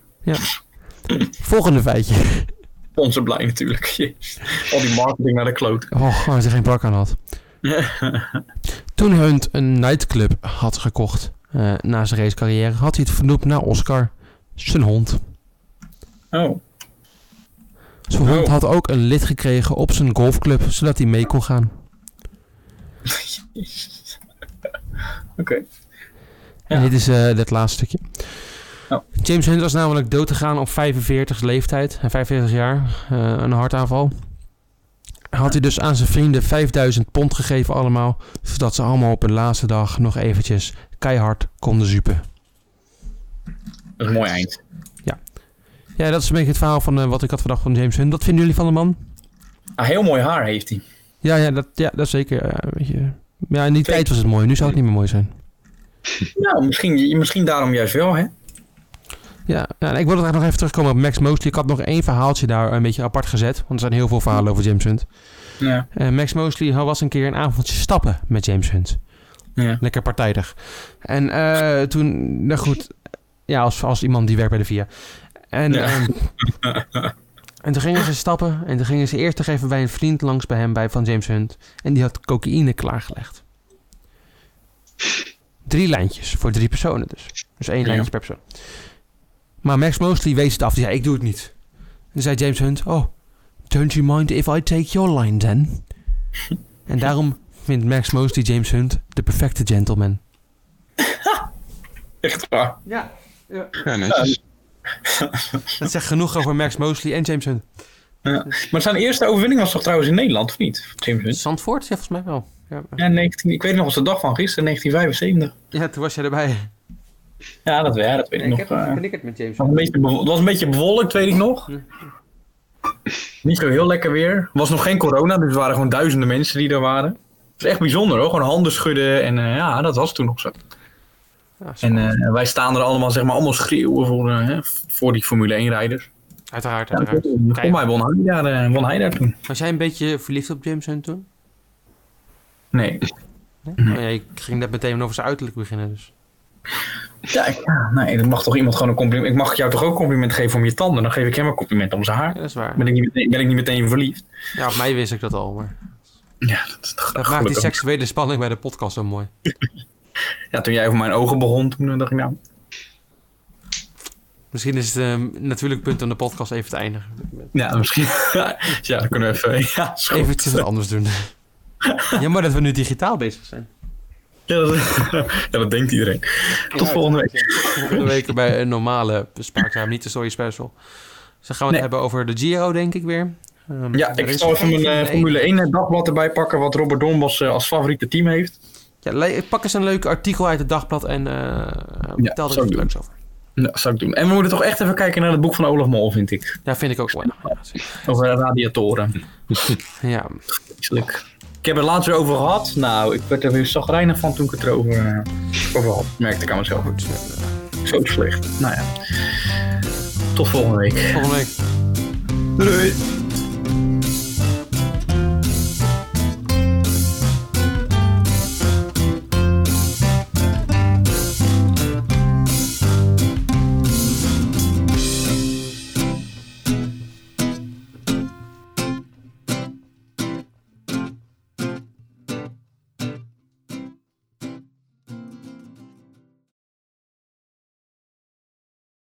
Volgende feitje.
Onze blij natuurlijk. Jezus. Al die marketing naar de kloot.
Oh, als hij geen brak aan had. Toen Hunt een nightclub had gekocht eh, na zijn racecarrière, had hij het vernoemd naar Oscar, zijn hond.
Oh.
Zijn
Oh.
hond had ook een lid gekregen op zijn golfclub, zodat hij mee kon gaan.
Oké.
En
Ja.
dit is eh dat laatste stukje.
Oh.
James Hunt was namelijk dood te gaan op 45 leeftijd, eh, 45 jaar, eh, een hartaanval. Had hij dus aan zijn vrienden 5000 pond gegeven allemaal, zodat ze allemaal op hun laatste dag nog eventjes keihard konden zuipen.
Dat is een mooi eind.
Ja, dat is een beetje het verhaal van eh, wat ik had verdacht van James Hunt. Wat vinden jullie van de man?
Ah, heel mooi haar heeft hij.
Ja, ja, dat, ja, dat zeker. Ja, weet je. ja, in die
Zeker.
tijd was het mooi. Nu zou het niet meer mooi zijn.
Nou, misschien, misschien daarom juist wel, hè?
Ja, ja, en ik wil er eigenlijk nog even terugkomen op Max Mosley. Ik had nog één verhaaltje daar een beetje apart gezet. Want er zijn heel veel verhalen over James Hunt.
Ja.
Eh, Max Mosley hij was een keer een avondje stappen met James Hunt.
Ja.
Lekker partijdig. En eh, toen, nou goed, ja, als, als iemand die werkt bij de VIA. En,
Ja.
ehm, en toen gingen ze stappen en toen gingen ze eerst nog even bij een vriend langs bij hem, bij van James Hunt. En die had cocaïne klaargelegd. Drie lijntjes voor drie personen dus. Dus één
Ja.
lijntje per persoon. Maar Max Mosley wees het af. Die zei, ik doe het niet. En toen zei James Hunt, oh, don't you mind if I take your line then? en daarom vindt Max Mosley James Hunt de perfecte gentleman.
Echt waar.
Ja,
Ja, netjes.
dat zegt genoeg over Max Mosley en James Hunt.
Maar zijn eerste overwinning was toch trouwens in Nederland, of niet? James Hunt.
Zandvoort? Ja, volgens mij wel. Ja,
Ja, 19, ik weet nog als de dag van gisteren, 1975.
ja toen was jij erbij.
Ja, dat, ja, dat weet ik nog. eh,
ik het met James
was een beetje bewo- het was een beetje bewolkt, weet ik nog. Niet zo heel lekker weer. Er was nog geen corona, dus er waren gewoon duizenden mensen die er waren. Het is echt bijzonder hoor, gewoon handen schudden en eh, ja, dat was toen nog zo. En eh, wij staan er allemaal, zeg maar, allemaal schreeuwen voor, eh, hè, voor die Formule 1 rijders.
Uiteraard,
Ja,
uiteraard.
Voor mij won hij, daar, eh, won hij daar toen.
Was jij een beetje verliefd op James Hunt toen?
Nee.
Oh ja, ik ging net meteen over zijn uiterlijk beginnen, dus.
Ja, ik- ja, nee, dan mag toch iemand gewoon een compliment. Ik mag jou toch ook een compliment geven om je tanden? Dan geef ik hem een compliment om zijn
Ja,
haar.
dat is waar.
Ben ik niet meteen, ben ik niet meteen verliefd?
Ja, op mij wist ik dat al, maar...
Ja, dat is toch
Dat maakt die
gelukkig.
seksuele spanning bij de podcast zo mooi.
Ja, toen jij over mijn ogen begon, toen eh, dacht ik nou...
Misschien is het een natuurlijk punt om de podcast even te eindigen.
Ja, misschien. ja, dan kunnen we even... Ja, is goed.
Even iets wat anders doen. Jammer dat we nu digitaal bezig zijn.
Ja, dat, ja, dat denkt iedereen. Tot volgende week.
Volgende week bij een normale spaarzaam, niet de story special. Dus dan gaan we het
Nee.
hebben over de Giro, denk ik weer. Ehm,
Ja,
er
ik
is
zal even mijn eh,
één-
Formule 1 dagblad erbij pakken... wat Robert Dombos eh, als favoriete team heeft.
Ja, le- pak eens een leuk artikel uit het dagblad en eh vertel er
zou
iets
ik doen.
leuks over.
Nou, dat zou ik doen. En we moeten toch echt even kijken naar het boek van Olaf Mol, vind ik.
Ja, vind ik ook wel. Ja, zeker.
Over radiatoren.
Ja,
Vreselijk. Ik heb het laatst weer over gehad. Nou, ik werd er weer zagrijnig van toen ik het erover eh, over had. Merkte ik aan mezelf. Zo slecht. Nou ja. Tot volgende week.
volgende week.
Doei. doei.